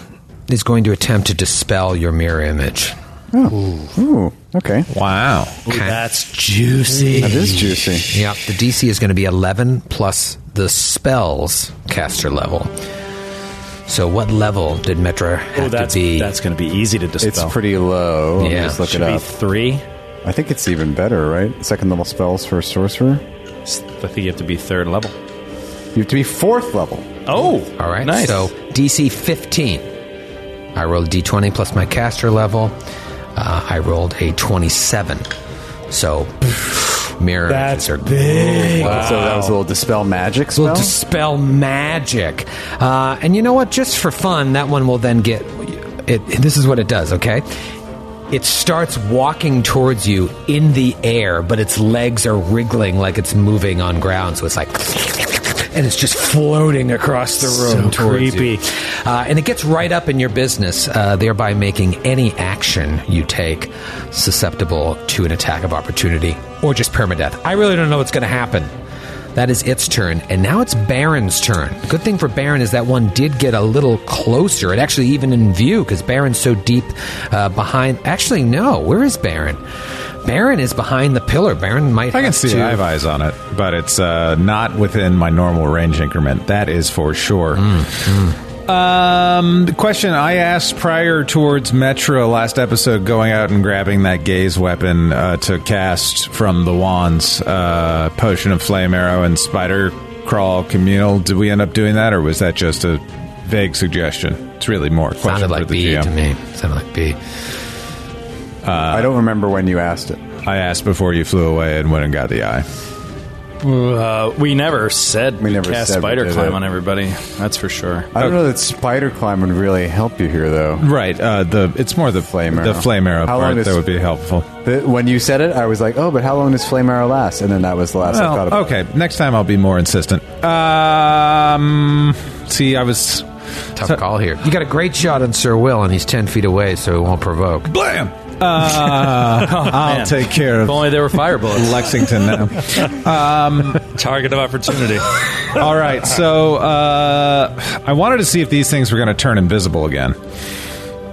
is going to attempt to dispel your mirror image.
Ooh, okay,
Wow.
That's juicy.
that is juicy.
Yeah, the DC is going to be 11 plus the spell's caster level. So what level did Metra have
Oh, that's
to be?
that's going to be easy to dispel.
It's pretty low. Let me
Yeah.
just look
Should
it
be
up.
three.
I think it's even better, right? Second level spells for a sorcerer.
I think you have to be third level.
You have to be fourth level.
Oh,
All right,
nice.
so DC 15. I rolled a D20 plus my caster level. Uh, I rolled a 27. So mirror images
That's
are big.
So that was a little dispel magic
will
spell.
dispel magic. Uh, and you know what? Just for fun, that one will then get. It, this is what it does, okay? It starts walking towards you in the air, but its legs are wriggling like it's moving on ground. So it's like. And it's just floating across the room towards you.
creepy.
Uh, and it gets right up in your business, uh, thereby making any action you take susceptible to an attack of opportunity or just permadeath. I really don't know what's going to happen. That is its turn, and now it's Baron's turn. Good thing for Baron is that one did get a little closer. It actually even in view because Baron's so deep uh, behind. Actually, no. Where is Baron? Baron is behind the pillar. Baron might.
I can
have
see it.
to-
I have eyes on it, but it's uh, not within my normal range increment. That is for sure.
Mm,
Um, the question I asked prior towards Metro last episode, going out and grabbing that gaze weapon uh, to cast from the wands, uh, potion of flame arrow and spider crawl communal. Did we end up doing that, or was that just a vague suggestion? It's really more a
Sounded
question for
like
the
B
GM.
to me. Sounded like B.
I don't remember when you asked it.
I asked before you flew away and went and got the eye.
Uh, we never said we
never
cast
said we
spider
did
climb
it.
on everybody. That's for sure.
I don't know that spider climb would really help you here, though.
Right. Uh, the it's more the
Flame arrow.
the flame arrow
How
part
long is-
that would be helpful.
The, when you said it, I was like, "Oh, but how long does flame arrow last?" And then that was the last I thought
Well,
about. it.
okay. Next time I'll be more insistent. Um, see, I was
Tough call here. You got a great shot on Sir Will, and he's ten feet away, so it won't provoke.
blam. Uh, I'll
man.
take care
If
of
only there were fire bullets.
Lexington now.
Target of opportunity.
All right. So uh, I wanted to see if these things were going to turn invisible again.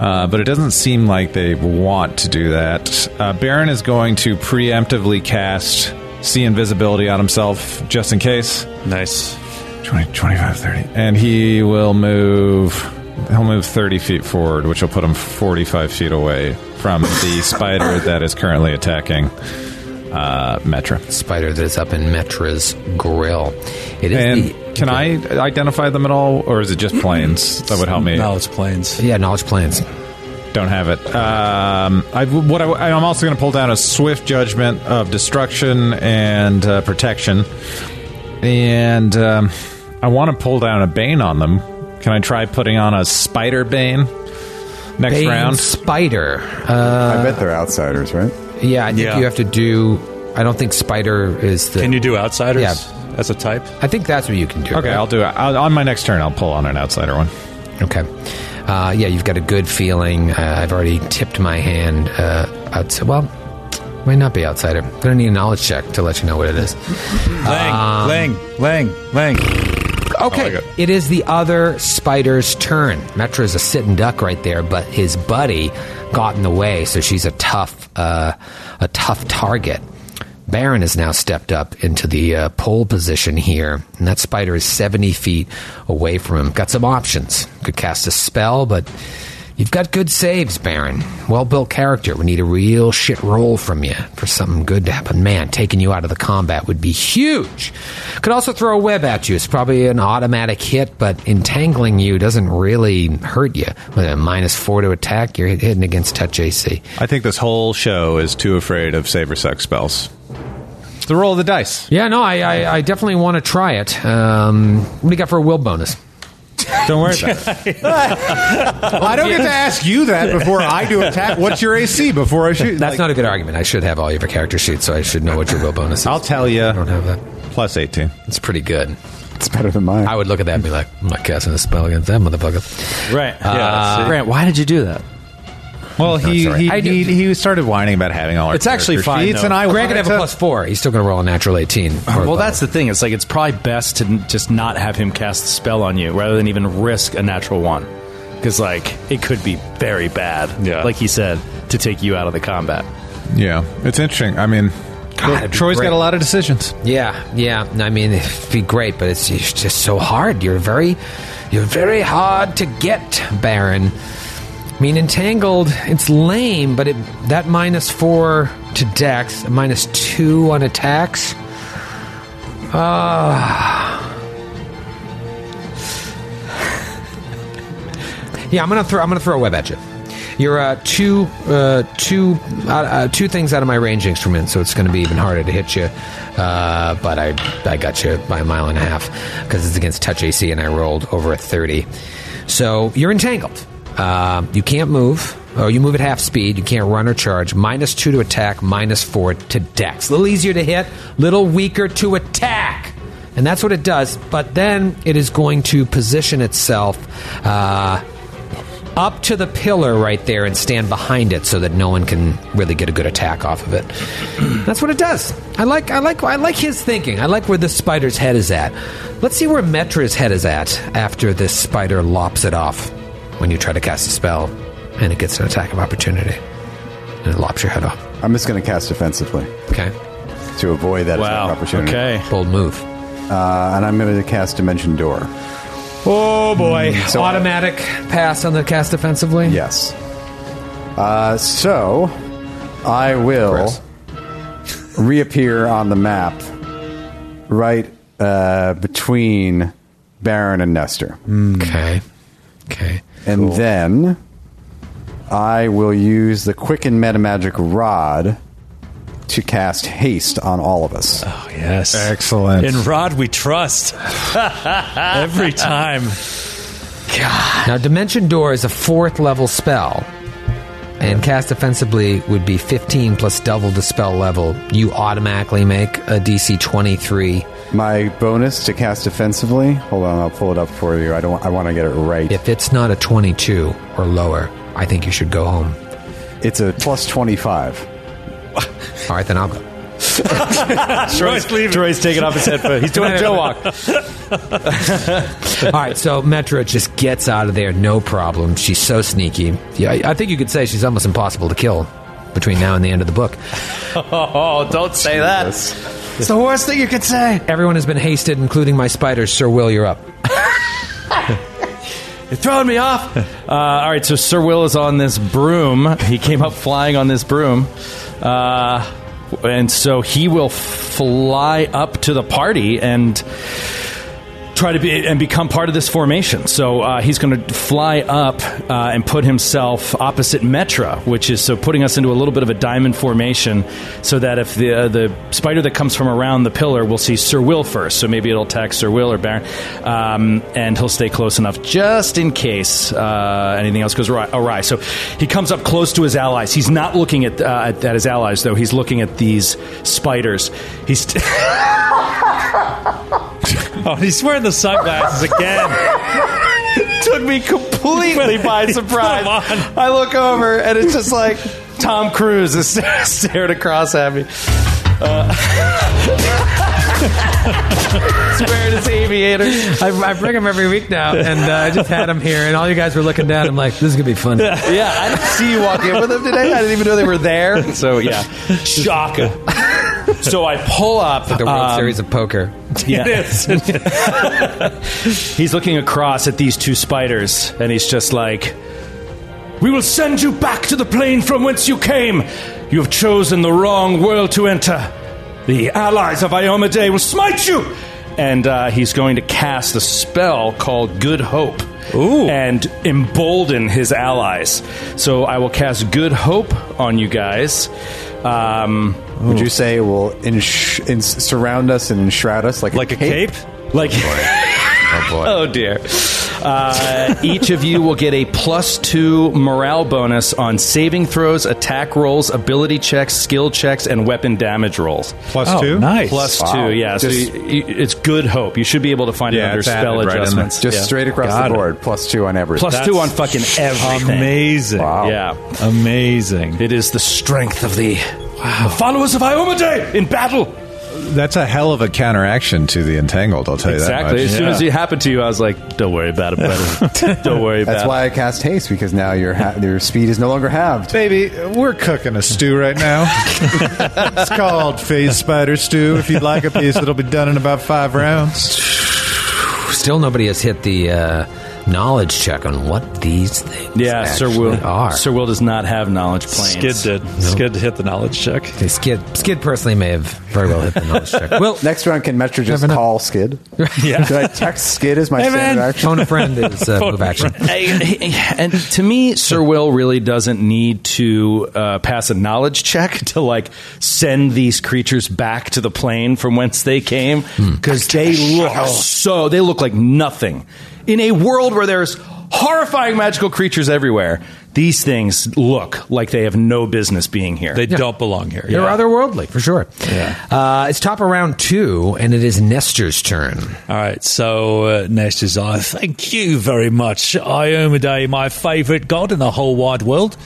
Uh, but it doesn't seem like they want to do that. Uh, Baron is going to preemptively cast see invisibility on himself just in case.
nice.
20, 25, 30. And he will move. He'll move 30 feet forward, which will put him 45 feet away from the spider that is currently attacking uh, Metra.
Spider that is up in Metra's grill. It is
And
the
can I identify them at all, or is it just planes that would help me?
No, it's planes.
yeah knowledge plans.
Don't have it. Um, I, what I, I'm also going to pull down a swift judgment of destruction and uh, protection, and um, I want to pull down a bane on them. Can I try putting on a spider bane next
Bane
round?
Spider. Uh,
I bet they're outsiders, right?
yeah, I think
Yeah.
you have to do. I don't think Spider is the.
Can you do outsiders
Yeah.
as a type?
I think that's what you can do.
Okay,
right?
I'll do it I'll, on my next turn. I'll pull on an outsider one.
Okay. Uh, yeah, you've got a good feeling. Uh, I've already tipped my hand uh, outside. Well, might not be outsider. Gonna need a knowledge check to let you know what it is.
Lang, Lang, Lang, Lang.
Okay,
it.
it. it is the other spider's turn. Metra's a sitting duck right there, but his buddy got in the way, so she's a tough, uh, a tough target. Baron has now stepped up into the uh, pole position here, and that spider is seventy feet away from him. Got some options. Could cast a spell, but you've got good saves, Baron. Well built character. We need a real shit roll from you for something good to happen. Man, taking you out of the combat would be huge. Could also throw a web at you. It's probably an automatic hit, but entangling you doesn't really hurt you. With a minus four to attack, you're hit- hitting against touch AC.
I think this whole show is too afraid of saber sex spells. It's the roll of the dice.
Yeah, no, I, I, I definitely want to try it. Um, what do you got for a will bonus?
Don't worry about it. I don't get to ask you that before I do attack. What's your AC before I shoot?
That's not a good argument. I should have all your character sheets, so I should know what your will bonus is.
I'll tell you.
I don't have that.
Plus 18.
It's pretty good.
It's better than mine.
I would look at that and be like, I'm not casting a spell against that motherfucker.
Right.
uh,
yeah.
Grant, why did you do that?
Well, he,
sorry. I
he,
do-
he, he started whining about having all our
It's actually
character
fine,
sheets,
though.
and I
Grant could
wanted
have a
to-
plus four. He's still going to roll a natural 18.
Uh, Well, that's the thing. It's like it's probably best to n- just not have him cast the spell on you rather than even risk a natural one. Because, like, it could be very bad.
Yeah.
Like he said, to take you out of the combat.
Yeah, it's interesting. I mean,
God, it'd be
Troy's
great.
got a lot of decisions.
Yeah, yeah. I mean, it'd be great, but it's, it's just so hard. You're very, you're very hard to get, Baron. I mean, entangled. It's lame, but it that minus four to Dex, minus two on attacks. Ah. yeah, I'm gonna throw. I'm gonna throw a web at you. You're uh, two, uh, two, uh, uh, two things out of my range instrument, so it's going to be even harder to hit you. Uh, but I, I got you by a mile and a half because it's against touch AC, and I rolled over a thirty. So you're entangled. Uh, you can't move. Oh, you move at half speed. You can't run or charge. Minus two to attack. Minus four to dex. A little easier to hit. Little weaker to attack. And that's what it does. But then it is going to position itself. Uh, up to the pillar right there and stand behind it so that no one can really get a good attack off of it. That's what it does. I like I like I like his thinking. I like where this spider's head is at. Let's see where Metra's head is at after this spider lops it off when you try to cast a spell and it gets an attack of opportunity. And it lops your head off.
I'm just going to cast defensively
Okay?
to avoid that attack
Wow.
opportunity.
Okay.
Bold move.
Uh, and I'm going to cast Dimension Door. Mm.
Oh, boy.
So-
Automatic pass on the cast defensively?
Yes. Uh, so I will
Chris.
reappear on the map right uh, between Baron and Nestor.
Okay. Okay.
And then I will use the Quicken Metamagic Rod to cast Haste on all of us.
Oh, yes.
Excellent.
In Rod, we trust. Every time.
Now, Dimension Door is a fourth level spell, and cast offensively would be 15 plus double the spell level. You automatically make a DC 23.
My bonus to cast defensively. Hold on, I'll pull it up for you. I don't. I want to get it right.
If it's not a 22 or lower, I think you should go home.
It's a plus twenty-five.
All right, then I'll go.
Troy's leaving.
Troy's taking off his headphones. He's doing a Joe walk.
All right, so Metra just gets out of there, no problem. She's so sneaky. Yeah, I I think you could say she's almost impossible to kill between now and the end of the book.
Oh, don't say that.
It's the worst thing you could say.
Everyone has been hasted, including my spiders. Sir Will, you're up.
You're throwing me off. Uh, all right, so Sir Will is on this broom. He came up flying on this broom. Uh, and so he will fly up to the party and try to be and become part of this formation. So uh, he's going to fly up uh, and put himself opposite Metra, which is so putting us into a little bit of a diamond formation, so that if the uh, the spider that comes from around the pillar will see Sir Will first. So maybe it'll attack Sir Will or Baron, um, and he'll stay close enough just in case uh, anything else goes awry, awry. So he comes up close to his allies. He's not looking at uh, at, at his allies though. He's looking at these spiders. He's.
Oh, he's wearing the sunglasses again.
took me completely by surprise.
Come
I look over and it's just like Tom Cruise is stared across at me. Uh, he's wearing his aviator.
I, I bring him every week now, and uh, I just had him here, and all you guys were looking down. I'm like, this is gonna be fun.
Yeah, I didn't see you walk in with them today. I didn't even know they were there. So yeah, shocker. So I pull up
The World
um,
Series of Poker.
Yeah. he's looking across at these two spiders, and he's just like, We will send you back to the plane from whence you came. You have chosen the wrong world to enter. The allies of Iomade will smite you! And uh, he's going to cast a spell called Good Hope.
Ooh.
And embolden his allies. So I will cast Good Hope on you guys. Um,
Would you say it will ensh- ens- surround us and enshroud us like,
Like a cape?
like.
Oh boy.
Oh dear. Uh, each of you will get a plus two morale bonus on saving throws, attack rolls, ability checks, skill checks, and weapon damage rolls.
Plus
Oh,
two?
nice.
Plus
Wow.
two, yeah.
Just-
so you, you, it's good hope. You should be able to find it
Yeah,
under
it's added
spell
right in there.
adjustments.
Just
Yeah.
straight across
Got
the
it.
board, plus two on everything.
Plus two on fucking everything.
Amazing.
Wow.
Yeah.
Amazing.
It is the strength of the followers of Iomade in battle.
That's a hell of a counteraction to the entangled, I'll tell you
Exactly.
that
As
much.
soon
Yeah.
as it happened to you, I was like, "Don't worry about it, brother. Don't worry about
That's
it."
why I cast haste because now your ha- your speed is no longer halved.
Baby, we're cooking a stew right now. it's called Phase Spider Stew. If you'd like a piece, it'll be done in about five rounds.
Still, nobody has hit the uh, knowledge check on what these things.
Yeah, Sir
actually
Will.
Are.
Sir Will does not have knowledge planes.
Skid did. Skid hit the knowledge check.
Okay, Skid. Skid personally may have very well hit the knowledge check. Will
Next round, can Metro just
Never know.
call Skid?
Yeah.
Should I text Skid as my
Hey,
standard
man.
action?
phone a friend is uh, move action.
I- and to me, Sir Will really doesn't need to uh, pass a knowledge check to like send these creatures back to the plane from whence they came
Hmm.
because they look so they look like nothing in a world where there's horrifying magical creatures everywhere. These things look like they have no business being here.
They don't belong here.
They're
Yeah.
otherworldly for sure. Uh, it's top of round two, and it is Nestor's turn.
All right, so uh, Nest is I thank you very much. Iomade, my favorite god in the whole wide world.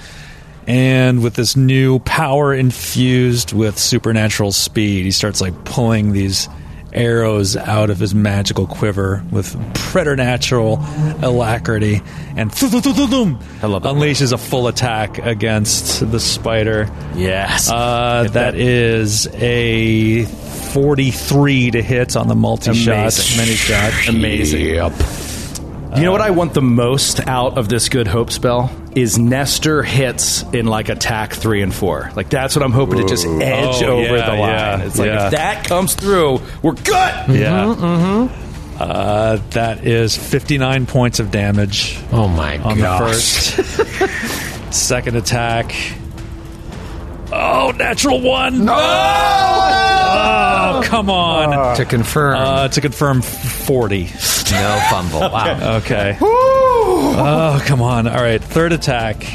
And with this new power infused with supernatural speed, he starts like pulling these arrows out of his magical quiver with preternatural alacrity and I
love that.
unleashes a full attack against the spider.
yes,
Uh, that is a 43 to hit on the multi shot.
Amazing.
Many shot.
amazing. You know what I want the most out of this good hope spell is Nestor hits in like attack three and four. Like that's what I'm hoping to just edge
Oh,
over
yeah,
the line.
yeah,
it's like
yeah.
if that comes through, we're good.
Yeah.
mm-hmm.
Uh, that is 59 points of damage
Oh my
on
gosh.
the first. Second attack. Oh, natural one. No! Oh, come on.
To confirm,
Uh, to confirm 40.
no fumble. Wow.
Okay. Oh, come on. All right. Third attack.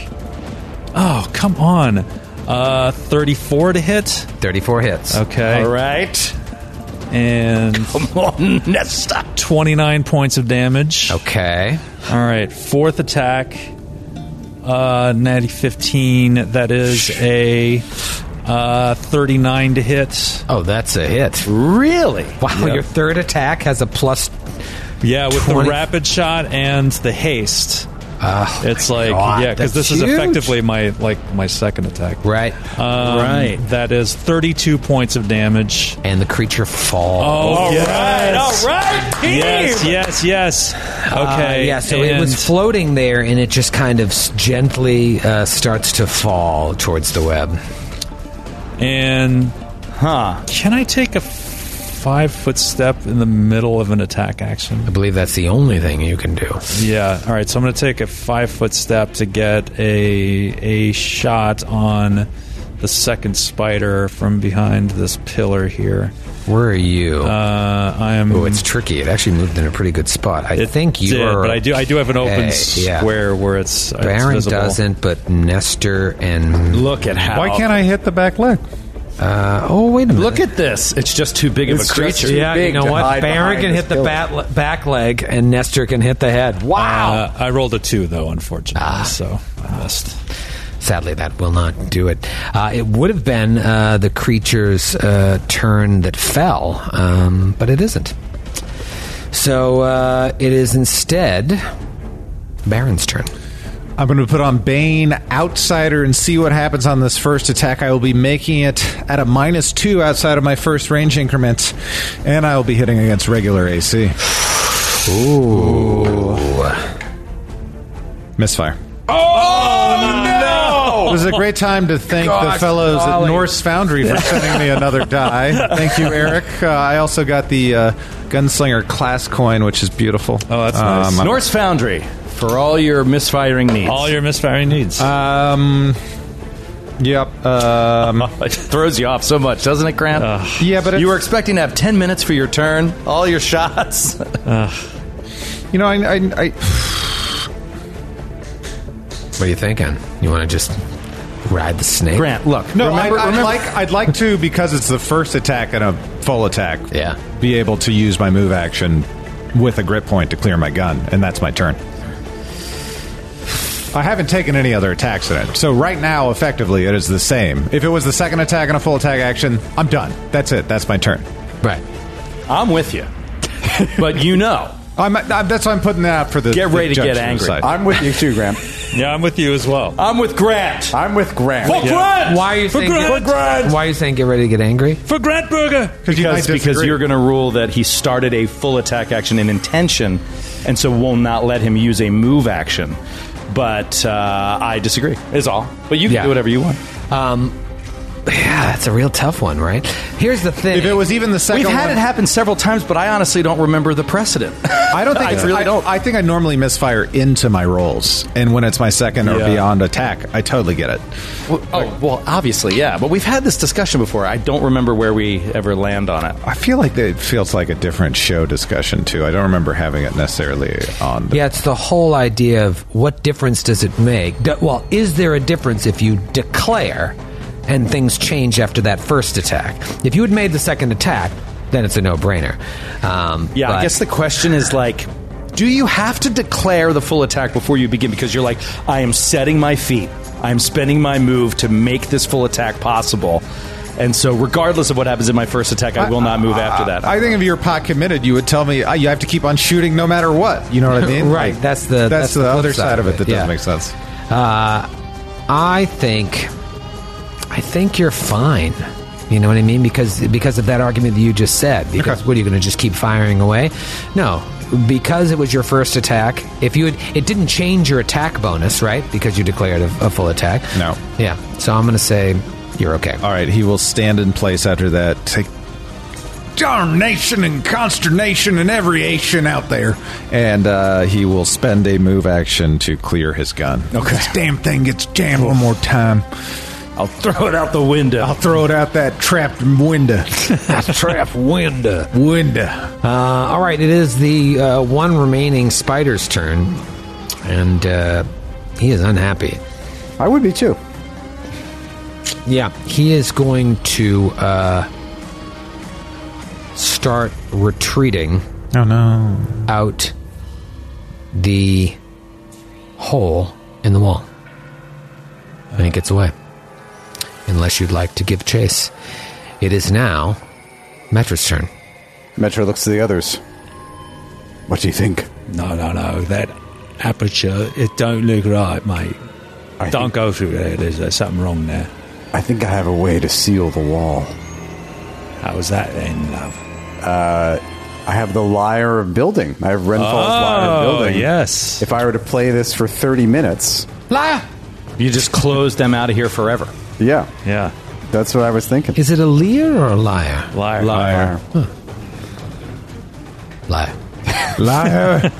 Oh, come on. Uh, 34 to hit.
34 hits.
Okay.
All right,
And
come on, Nestor.
29 points of damage.
Okay.
All right. Fourth attack. Uh, natty 15. That is a uh, 39 to hit.
Oh, that's a hit.
Really?
Wow, your third attack has a plus.
Yeah, with
20.
the rapid shot and the haste.
uh,
it's like
God,
yeah, because
that's
this
huge.
is effectively my like my second attack.
Right.
Um,
Right.
That is 32 points of damage.
and the creature falls.
all right,
yes.
right, team. Oh, Yes, Uh, yes, yes.
Oh,
Okay.
Uh, yeah, so it
and-
was floating there, and it just kind of s- gently uh, starts to fall towards the web.
And huh? Can I take a f- five foot step in the middle of an attack action?
I believe that's the only thing you can do.
Yeah. All right. So I'm going to take a five foot step to get a a shot on the second spider from behind this pillar here.
Where are you?
Uh, I am.
oh, it's tricky. It actually moved in a pretty good spot. I
it
think you
did,
are.
but I do. I do have an open
okay, yeah.
square where it's. it's
Baron
visible.
doesn't, but Nestor and
Look at how.
Why can't I hit the back leg?
uh, oh wait a minute.
Look at this. It's just too big
It's
of a
just
creature.
too
yeah, you
big
know
to
what?
hide
Baron
behind
can
this
hit the
building.
bat, back leg, and Nestor can hit the head. Wow! Ah.
Uh, I rolled a two though, unfortunately, so I missed.
Sadly, that will not do it. Uh, it would have been uh, the creature's uh, turn that fell, um, but it isn't. So uh, it is instead Baron's turn.
I'm going to put on Bane Outsider and see what happens on this first attack. I will be making it at a minus two outside of my first range increment, and I will be hitting against regular AC. Ooh. Misfire. Oh, no! It was a great time to thank the fellows at Norse Foundry for sending me another die. Thank you, Eric. Uh, I also got the uh, Gunslinger class coin, which is beautiful. Uh,
Oh, that's
Um,
nice.
I'm-
Norse Foundry for all your misfiring needs.
All your misfiring needs.
Um, yep. Um,
it throws you off so much, doesn't it, Grant?
yeah, but
you
it's-
were expecting to have ten minutes for your turn, all your shots.
You know, I, I, I
What are you thinking? You want to just ride the snake?
Grant, look.
no,
remember,
I'd, I'd
remember-
like, I'd like to because it's the first attack and a full attack.
Yeah.
be able to use my move action with a grip point to clear my gun, and that's my turn. I haven't taken any other attacks in it, so right now, effectively, it is the same. If it was the second attack and a full attack action, I'm done. That's it. That's my turn.
Right.
I'm with you, but you know,
I'm, I'm, that's why I'm putting that out for the
Get
the
ready to
judge
get angry.
decide.
I'm with you too, Graham.
yeah, I'm with you as well.
I'm with Grant.
I'm with Graham.
Grant!
Why are you
For
saying
Grant! For Grant!
Why are you saying get ready to get angry?
For Grant Burger!
you might
Because, because
disagree.
you're going to rule that he started a full attack action in intention, and so will not let him use a move action. But uh, I disagree. Is all. But you can
Yeah.
do whatever you want.
Um, yeah, it's a real tough one, right? Here's the thing.
If it was even the second
We've had it
one-
happen several times, but I honestly don't remember the precedent.
I don't think
I
it's-
really don't.
I think I normally misfire into my rolls, and when it's my second or
Yeah.
beyond attack, I totally get it.
Well, oh, well, obviously, yeah. But we've had this discussion before. I don't remember where we ever land on it.
I feel like it feels like a different show discussion too. I don't remember having it necessarily on. The,
Yeah, it's the whole idea of what difference does it make? Do- well, is there a difference if you declare and things change after that first attack? If you had made the second attack, then it's a no-brainer. Um,
Yeah,
but-
I guess the question is like, do you have to declare the full attack before you begin? Because you're like, I am setting my feet, I'm spending my move to make this full attack possible. And so, regardless of what happens in my first attack, I will not move after that.
I think if you're pot committed, you would tell me "Ah, you have to keep on shooting no matter what. You know what I mean?
Right,
Like,
that's the- that's
that's, the,
the flip
other
side
side of
of
it that
it, yeah.
doesn't make sense.
I think I think you're fine. You know what I mean? Because because of that argument that you just said. Because what are you going to just keep firing away? No, because it was your first attack. If you had, it didn't change your attack bonus, right? Because you declared a, a full attack.
No. Uh.
Yeah. So I'm going to say you're okay.
All right, he will stand in place after that. Take darnation and consternation and every action out there, and uh, he will spend a move action to clear his gun. Okay, this damn thing gets jammed one more time.
I'll throw it out the window.
I'll throw it out that trapped window.
Trap wind. Uh,
window.
all right. It is the uh, one remaining spider's turn, and uh, he is unhappy.
I would be too.
Yeah, he is going to uh, start retreating
Oh no.
out the hole in the wall. And it gets away. Unless you'd like to give chase. It is now Metra's turn.
Metro looks to the others. What do you think?
No, no, no. That aperture, it don't look right, mate.
I
don't
think,
go through there. There's, there's something wrong there.
I think I have a way to seal the wall.
How was that then, love?
I have the liar of building. I have Renfall's liar
Oh,
of
Oh,
building.
yes.
If I were to play this for 30 minutes,
You just close them out of here forever.
yeah,
yeah.
that's what I was thinking.
Is it a leer or a liar?
Liar.
Liar.
Liar.
Liar.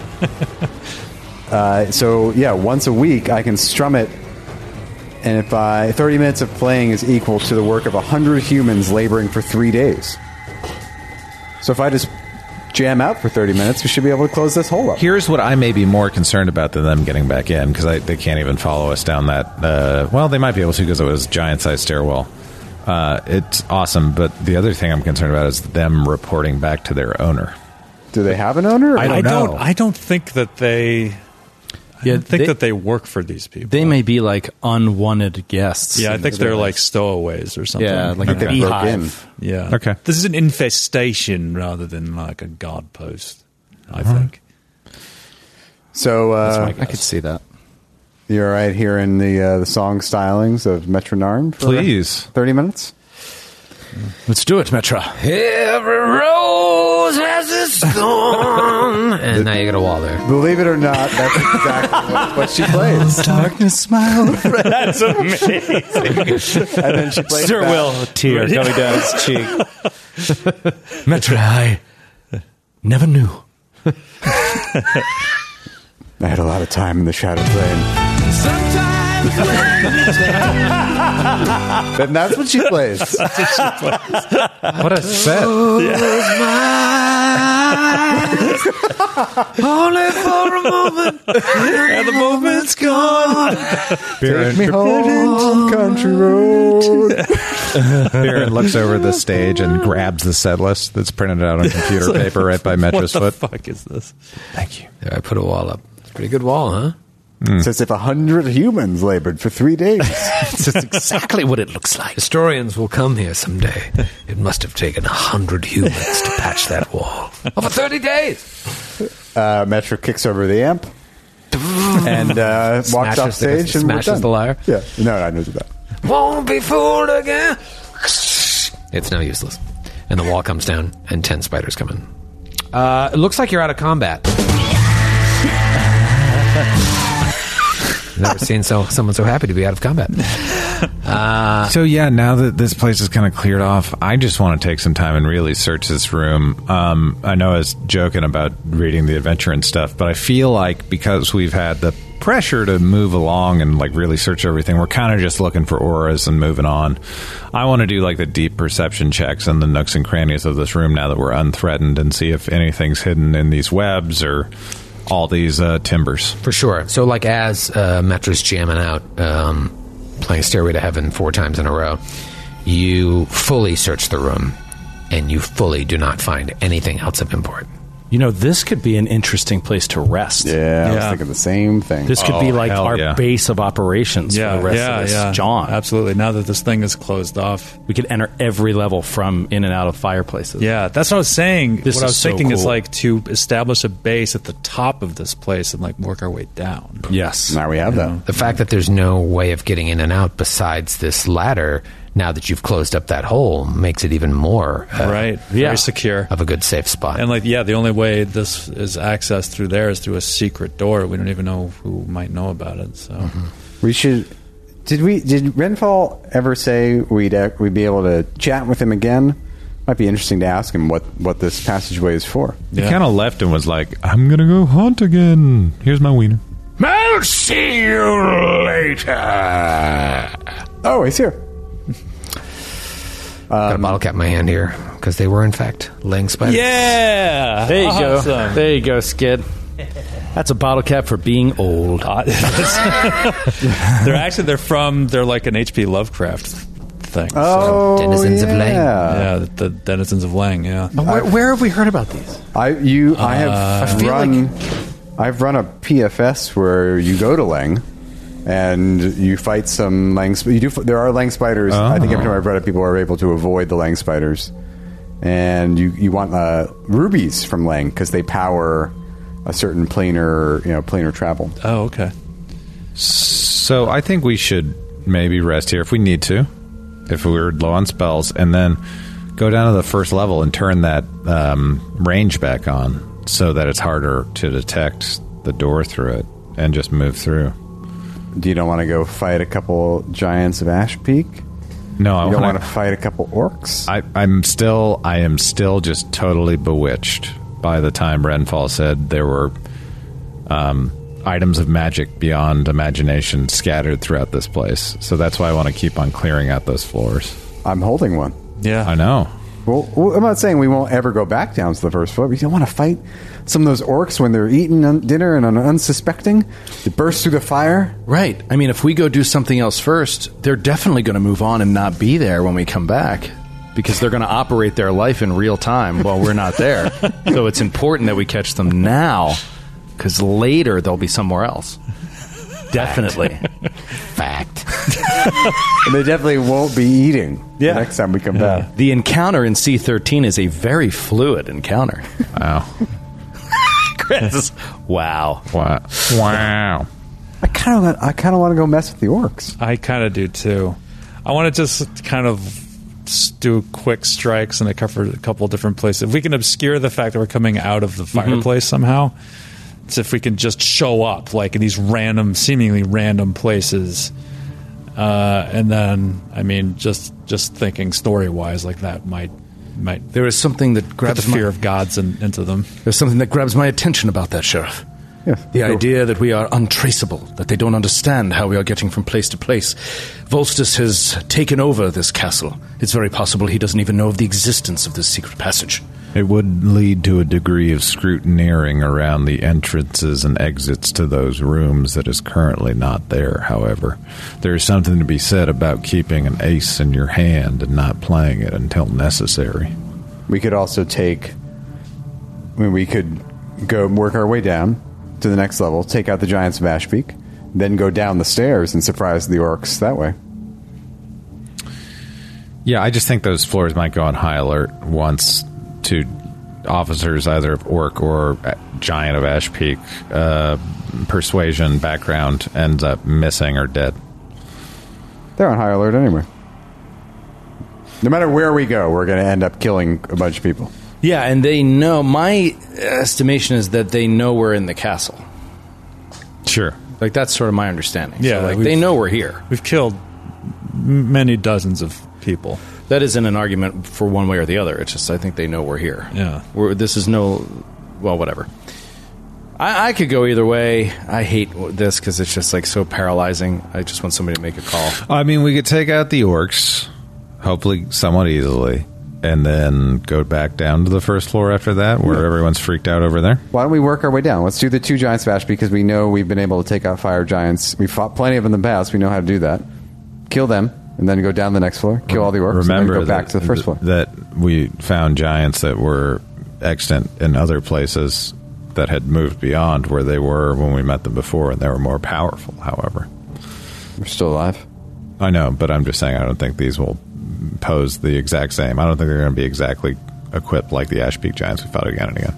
So yeah, once a week I can strum it, and if I 30 minutes of playing is equal to the work of 100 humans laboring for three days. So if I just jam out for 30 minutes, we should be able to close this hole up.
Here's what I may be more concerned about than them getting back in because they can't even follow us down that. Uh, well, they might be able to because it was giant sized stairwell. Uh, it's awesome, but the other thing I'm concerned about is them reporting back to their owner.
Do they have an owner?
I don't
I don't.
know.
I don't think that they. I
Yeah,
don't think
they-
that they work for these people.
They may be like unwanted guests.
yeah, I think they're like stowaways or something.
yeah, like
I
a
think they broke
beehive.
in.
yeah.
Okay.
This is an infestation rather than like a guard post. I think.
So uh,
I could see that.
you're right here in the uh, the song stylings of Metronarm. For
Please.
30 minutes.
Let's do it, Metra.
Every rose has its thorn. Mm, and now you got a wall there.
Believe it or not, that's exactly what, what she plays.
Darkness, smile.
That's amazing.
And then she plays
Sir
back.
Will, a tear coming down his cheek. Metra, I never knew.
I had a lot of time in the shadow plane. Then that's what she plays.
What a set.
Only for a moment.
and the movement's gone.
Baron,
Me home, country road.
Baron looks over the stage and grabs the set list that's printed out on computer paper right by Metra's
What the
foot.
fuck is this?
Thank you.
There, I put a wall up. It's a pretty good wall, huh?
Says if a hundred humans labored for three days.
That's exactly what it looks like. Historians will come here someday. It must have taken a hundred humans to patch that wall over thirty days.
Uh, Metro kicks over the amp and uh, walks
Smashes
off
the-
stage and we're
smashes
done.
the lyre.
Yeah, no, I knew that.
Won't be fooled again. It's now useless, and the wall comes down, and ten spiders come in. Uh, it looks like you're out of combat. Never seen so someone so happy to be out of combat.
So yeah, now that this place is kind of cleared off, I just want to take some time and really search this room. Um, I know I was joking about reading the adventure and stuff, but I feel like because we've had the pressure to move along and like really search everything, we're kind of just looking for auras and moving on. I want to do like the deep perception checks in the nooks and crannies of this room now that we're unthreatened and see if anything's hidden in these webs or all these uh, timbers.
For sure. So, like, as uh, Metra's jamming out, um, playing Stairway to Heaven four times in a row, you fully search the room and you fully do not find anything else of import.
You know, this could be an interesting place to rest.
Yeah, I was thinking the same thing.
This could
Oh,
be like
hell
our
yeah.
base of operations for the rest of this John.
Absolutely. Now that this thing is closed off.
We could enter every level from in and out of fireplaces.
Yeah, that's what I was saying.
This
what I
is
was
so
thinking is
cool.
like to establish a base at the top of this place and like work our way down.
Yes.
now we have that.
The fact that there's no way of getting in and out besides this ladder, now that you've closed up that hole, makes it even more uh,
Right.
Yeah.
Very secure.
of a good safe spot.
And like, yeah, the only way this is accessed through there is through a secret door. We don't even know who might know about it. So
Mm-hmm.
We should. Did we? Did Renfall ever say we'd ac- we'd be able to chat with him again? Might be interesting to ask him what what this passageway is for.
He kind of left and was like, "I'm gonna go hunt again. Here's my wiener."
I'll see you later.
Oh, he's here.
Got a
um,
bottle cap in my hand here because they were, in fact, laying spiders.
yeah,
There you go. There you go, Skid. That's a bottle cap for being old.
they're actually they're from they're like an H.P. Lovecraft thing.
Oh,
denizens of
yeah.
Lang.
so, yeah, the, the denizens of Lang. Yeah,
Oh.
Where, where have we heard about these?
I you I have
feel
run I've run a PFS where you go to Lang and you fight some Lang sp- you do f- there are Lang spiders I think every time I've read it people are able to avoid the Lang spiders and you you want uh, rubies from Lang because they power a certain planar, you know, planar travel.
Oh, okay.
So I think we should maybe rest here if we need to, if we're low on spells, and then go down to the first level and turn that um, range back on so that it's harder to detect the door through it and just move through.
Do you don't want to go fight a couple giants of Ash Peak?
No, I
You don't
wanna-
want to fight a couple orcs?
I, I'm still I am still just totally bewitched by the time Renfall said there were um, items of magic beyond imagination scattered throughout this place. So that's why I want to keep on clearing out those floors.
I'm holding one.
I
Yeah.
know.
Well, well, I'm not saying we won't ever go back down to the first floor. but You don't want to fight some of those orcs when they're eating un- dinner and un- unsuspecting. They burst through the fire.
Right. I mean, if we go do something else first, they're definitely going to move on and not be there when we come back because they're going to operate their life in real time while we're not there. so it's important that we catch them now because later they'll be somewhere else. Definitely.
Fact.
And they definitely won't be eating
Yeah.
the next time we come back.
the encounter in C13 is a very fluid encounter.
Wow.
Chris. Wow.
wow. Wow.
I kind of want, I kind of want to go mess with the orcs.
I kind of do too. I want to just kind of s- do quick strikes in a couple, a couple different places. If we can obscure the fact that we're coming out of the fireplace somehow, it's if we can just show up like in these random, seemingly random places. Uh, and then, I mean, just just thinking story wise, like that might might
There is something that
put the
grabs
fear
my,
of gods in, into them.
there's something that grabs my attention about that, Sheriff.
Yes.
The
Go.
idea that we are untraceable, that they don't understand how we are getting from place to place. Volstis has taken over this castle. It's very possible he doesn't even know of the existence of this secret passage.
It would lead to a degree of scrutineering around the entrances and exits to those rooms that is currently not there, however. There is something to be said about keeping an ace in your hand and not playing it until necessary.
We could also take. I mean, we could go work our way down to the next level, take out the giants of Ashbeak, then go down the stairs and surprise the orcs that way.
Yeah, I just think those floors might go on high alert once two officers, either of Orc or uh, Giant of Ash Peak, uh, persuasion background ends up missing or dead.
They're on high alert anyway. No matter where we go, we're going to end up killing a bunch of people.
Yeah, and they know. My estimation is that they know we're in the castle.
Sure.
Like, that's sort of my understanding. So,
Yeah,
like,
we've-
they know we're here.
We've killed m- many dozens of people.
That isn't an argument for one way or the other. It's just I think they know we're here.
Yeah.
We're, this is no, well, whatever. I, I could go either way. I hate w- this because it's just like so paralyzing. I just want somebody to make a call.
I mean, we could take out the orcs, hopefully somewhat easily, and then go back down to the first floor after that, where everyone's freaked out over there.
Why don't we work our way down? Let's do the two giants bash because we know we've been able to take out fire giants. We fought plenty of them in the past. We know how to do that. Kill them and then go down the next floor. Kill all the orcs.
Remember,
and then go back
that,
to the first floor.
that we found giants that were extant in other places that had moved beyond where they were when we met them before, and they were more powerful. However,
We're still alive.
I know, but I'm just saying, I don't think these will pose the exact same. I don't think they're going to be exactly equipped like the Ash Peak Giants we fought again and again.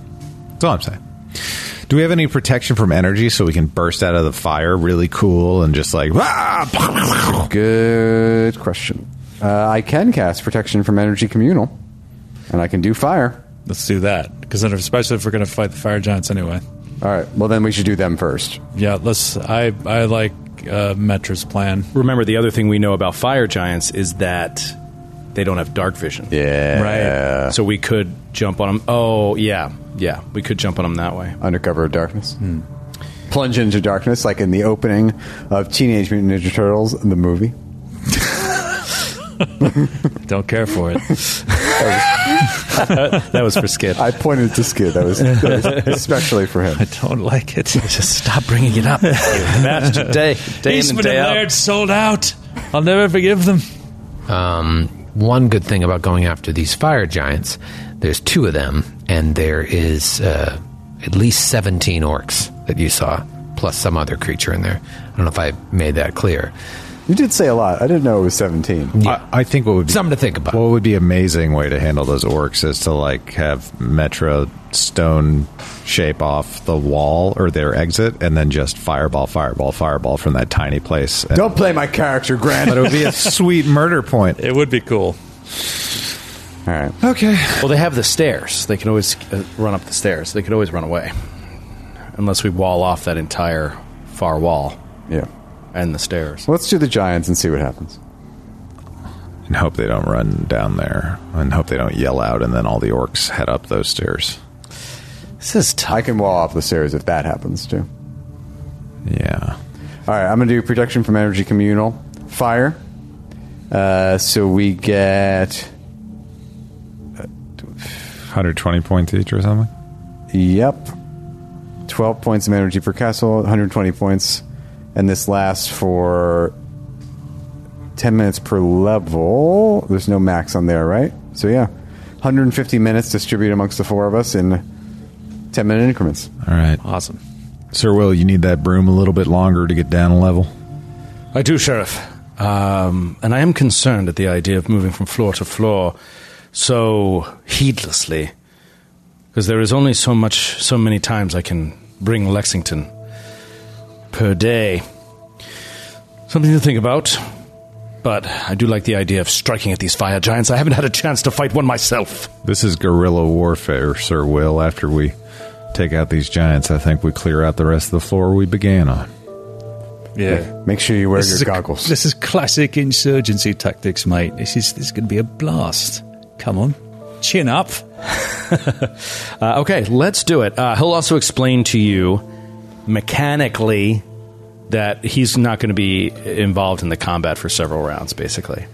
That's all I'm saying. Do we have any protection from energy so we can burst out of the fire really cool and just like, "Ah!"
Good question. Uh, I can cast protection from energy communal, and I can do fire.
Let's do that because then, especially if we're going to fight the fire giants anyway.
All right. Well, then we should do them first.
Yeah, let's. I I like uh, Metra's plan.
Remember, the other thing we know about fire giants is that they don't have dark vision.
Yeah.
Right.
So we could jump on them. Oh, yeah. Yeah. We could jump on them that way.
Under cover of darkness.
Hmm.
Plunge into darkness, like in the opening of Teenage Mutant Ninja Turtles, the movie.
Don't care for it.
That was for Skid.
I pointed to Skid. That was, that was especially for him.
I don't like it.
Just stop bringing it up. Master day, day in and
Eastman
day
and
out.
Laird sold out. I'll never forgive them.
one good thing about going after these fire giants, there's two of them, and there is uh, at least 17 orcs that you saw, plus some other creature in there. I don't know if I made that clear.
You did say a lot. I didn't know it was 17.
I, I think what would be
Something to think about.
What would be amazing way to handle those orcs is to like have Metro stone shape off the wall or their exit, and then just fireball, fireball, fireball from that tiny place. And-
Don't play my character, Grant.
But it would be a sweet murder point.
It would be cool.
All right.
Okay.
Well, they have the stairs. They can always uh, run up the stairs. They could always run away, unless we wall off that entire far wall
Yeah.
and the stairs.
Let's do the Giants and see what happens.
And hope they don't run down there, and hope they don't yell out, and then all the orcs head up those stairs.
This is tough.
I can wall off the stairs if that happens too.
Yeah.
All right, I'm going to do protection from energy communal fire. Uh, so we get
120 points each or something?
yep, 12 points of energy per castle, 120 points, and this lasts for 10 minutes per level. There's no max on there, right? So yeah, 150 minutes distributed amongst the four of us in 10 minute increments.
All right.
Awesome.
Sir Will, you need that broom a little bit longer to get down a level.
I do, Sheriff. Um, and I am concerned at the idea of moving from floor to floor so heedlessly, because there is only so much, so many times I can bring Lexington per day. Something to think about. But I do like the idea of striking at these fire giants. I haven't had a chance to fight one myself.
This is guerrilla warfare, Sir Will. After we take out these giants, I think we clear out the rest of the floor we began on.
Yeah.
Make sure you wear your
a-
goggles.
this is classic insurgency tactics, mate. This is this is going to be a blast. Come on, chin up.
Uh, okay, let's do it. Uh, he'll also explain to you mechanically that he's not going to be involved in the combat for several rounds, basically.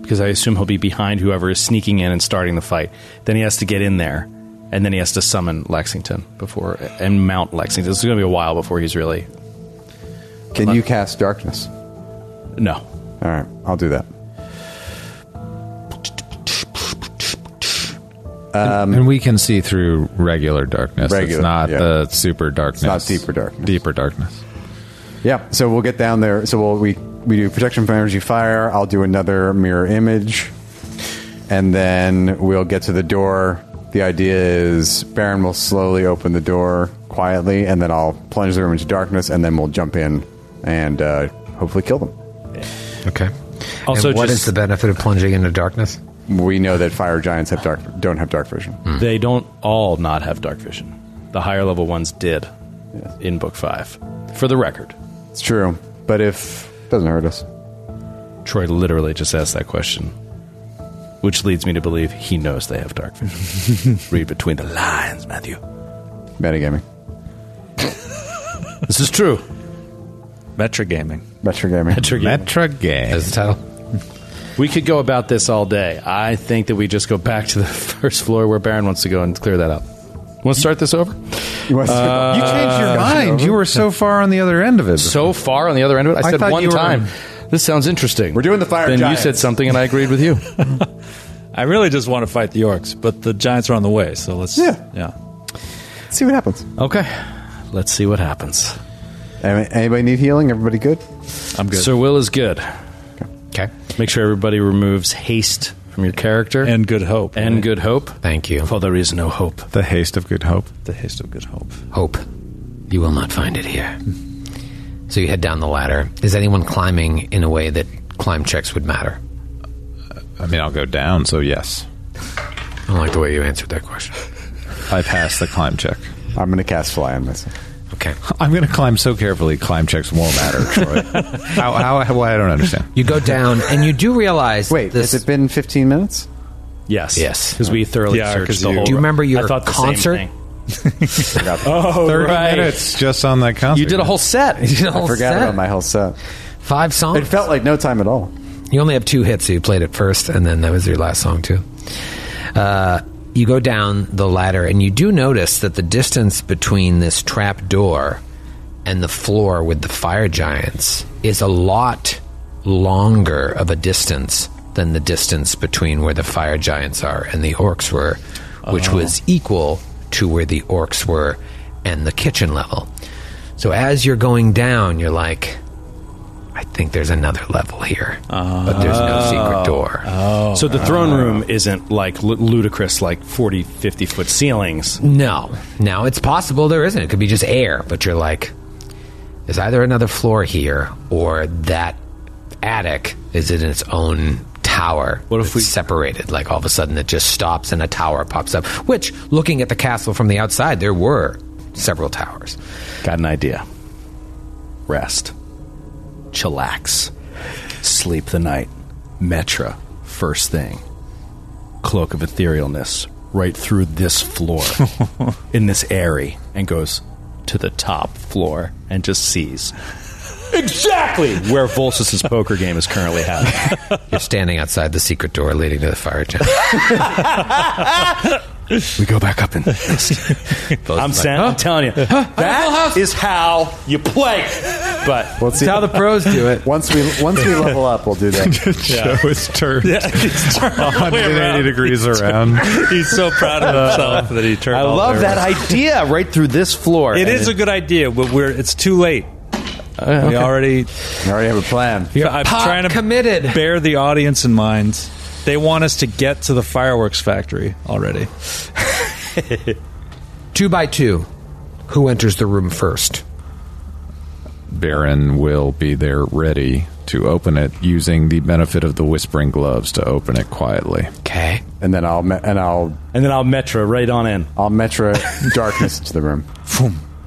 Because I assume he'll be behind whoever is sneaking in and starting the fight. Then he has to get in there, and then he has to summon Lexington before and mount Lexington. This is going to be a while before he's really
Can you cast darkness?
no.
All right, I'll do that.
and we can see through regular darkness.
Um, Regular,
it's not
yeah.
the super darkness.
not deeper darkness.
Deeper darkness.
Yeah, so we'll get down there. So we'll, we we do protection from energy fire. I'll do another mirror image, and then we'll get to the door. The idea is Baron will slowly open the door quietly, and then I'll plunge the room into darkness, and then we'll jump in and uh, hopefully kill them.
Okay.
Also
and what
just-
is the benefit of plunging into darkness?
We know that fire giants have dark don't have dark vision.
They don't all not have dark vision. The higher level ones did in book five. For the record,
It's true, but if doesn't hurt us.
Troy literally just asked that question, which leads me to believe he knows they have dark vision. Read between the lines, Matthew.
Metagaming,
This is true.
Metro gaming.
retrogaming.
Metra game.
As the title?
We could go about this all day. I think that we just go back to the first floor where Baron wants to go and clear that up. Want to start this over?
You want to-
you changed your mind. You were so far on the other end of it.
So far on the other end of it, I,
I
said
thought
one
you were-
time. This sounds interesting.
We're doing the fire
Then
giants.
you said something, and I agreed with you.
I really just want to fight the orcs, but the giants are on the way, so let's.
Yeah.
yeah.
see what happens.
okay, let's see what happens.
Any- Anybody need healing? Everybody good?
I'm good.
Sir Will is good.
Okay.
Make sure everybody removes haste from your character
and good hope.
and good hope.
Thank you.
For there is no hope.
the haste of good hope.
the haste of good hope.
Hope. You will not find it here. So you head down the ladder. Is anyone climbing in a way that climb checks would matter?
I mean, I'll go down, so yes.
I don't like the way you answered that question.
I pass the climb check.
I'm going to cast fly on myself.
Okay.
I'm going to climb so carefully, climb checks won't matter, Troy. how, how, how, I don't understand.
You go down, and you do realize.
Wait,
this,
has it been 15 minutes?
Yes.
Yes.
Because we thoroughly
Yeah,
searched
'cause
the
you-
whole.
Do you remember your
I thought the same
concert?
thing.
Oh,
30 minutes just on that concert.
You did a whole set.
you know,
I forgot
set.
about my whole set.
five songs.
It felt like no time at all.
You only have two hits, so you played it first, and then that was your last song, too. Uh, you go down the ladder, and you do notice that the distance between this trap door and the floor with the fire giants is a lot longer of a distance than the distance between where the fire giants are and the orcs were, which was equal to where the orcs were and the kitchen level. So as you're going down, you're like, I think there's another level here, but there's no secret door.
Oh,
so the throne room isn't like lu- ludicrous, like 40, 50 foot ceilings.
No, no, it's possible there isn't. It could be just air, but you're like, there's either another floor here or that attic is in its own tower. What if we separated? Like all of a sudden it just stops and a tower pops up. Which, looking at the castle from the outside, there were several towers.
Got an idea. Rest. Chillax. Sleep the night. Metra. First thing. Cloak of etherealness. Right through this floor. in this airy. And goes to the top floor and just sees. Exactly where Volsus's poker game is currently happening.
You're standing outside the secret door leading to the fire giant.
We go back up and
I'm saying, I'm telling you, that is how you play. it. But
Let's see.
That's how the pros do it.
once we once we level up, we'll do that.
Show is turned
He's turned all the way
180
around.
degrees around.
He's so proud of himself that he turned.
I
all the
love
way
that
around.
idea right through this floor. Uh,
It is a good idea, but we're it's too late. We already.
I already have a plan.
I'm trying to
committed.
bear the audience in mind. They want us to get to the fireworks factory already.
Two by two. Who enters the room first?
Baron will be there ready to open it using the benefit of the whispering gloves to open it quietly.
Okay.
And then I'll me- and I'll
and then I'll Metra right on in.
I'll metra darkness into the room.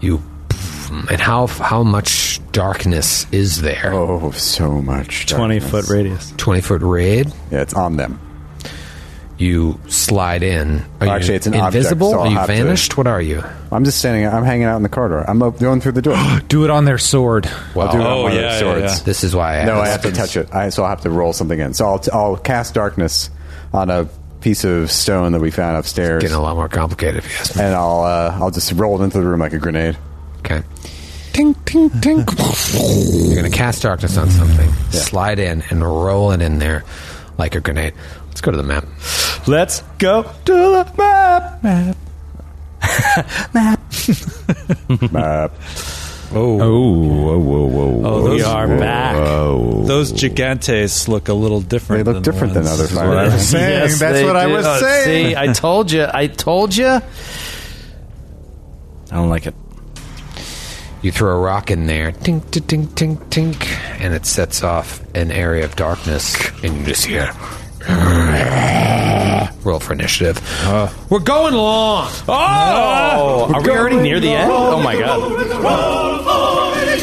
You. And how how much darkness is there?
Oh, so much.
20
darkness.
foot radius.
20 foot raid.
Yeah, it's on them.
You slide in. Are
Actually,
you
it's an object,
invisible?
so I'll
are
have to-
you vanished? What are you?
I'm just standing. I'm hanging out in the corridor. I'm up- going through the door. I'll
Do it on their sword.
Well,
do it on
Oh,
one of
yeah,
the
yeah,
swords.
yeah.
this is why I
No, I
asked.
have to touch it. I, so I'll have to roll something in. So I'll, t- I'll cast darkness on a piece of stone that we found upstairs,
Getting a lot more complicated if you ask me.
and I'll uh, I'll just roll it into the room like a grenade.
Okay. Tink, tink, tink. You're going to cast darkness on something, slide in, and roll it in there like a grenade. Let's go to the map.
Let's go to the map.
Oh, whoa, whoa, whoa, whoa.
those- We are
back.
Whoa.
Those gigantes look a little different.
They look
than
different
the
than
ones-
other
this is what I
fire.
was-
saying. That's
they
what I
do.
was
Oh,
saying.
See, I told you. I told you.
I don't like it.
You throw a rock in there, tink, tink, tink, tink, tink, and it sets off an area of darkness, and you just hear. Roll for initiative. We're going long.
Oh, are we already near the end? Oh my god!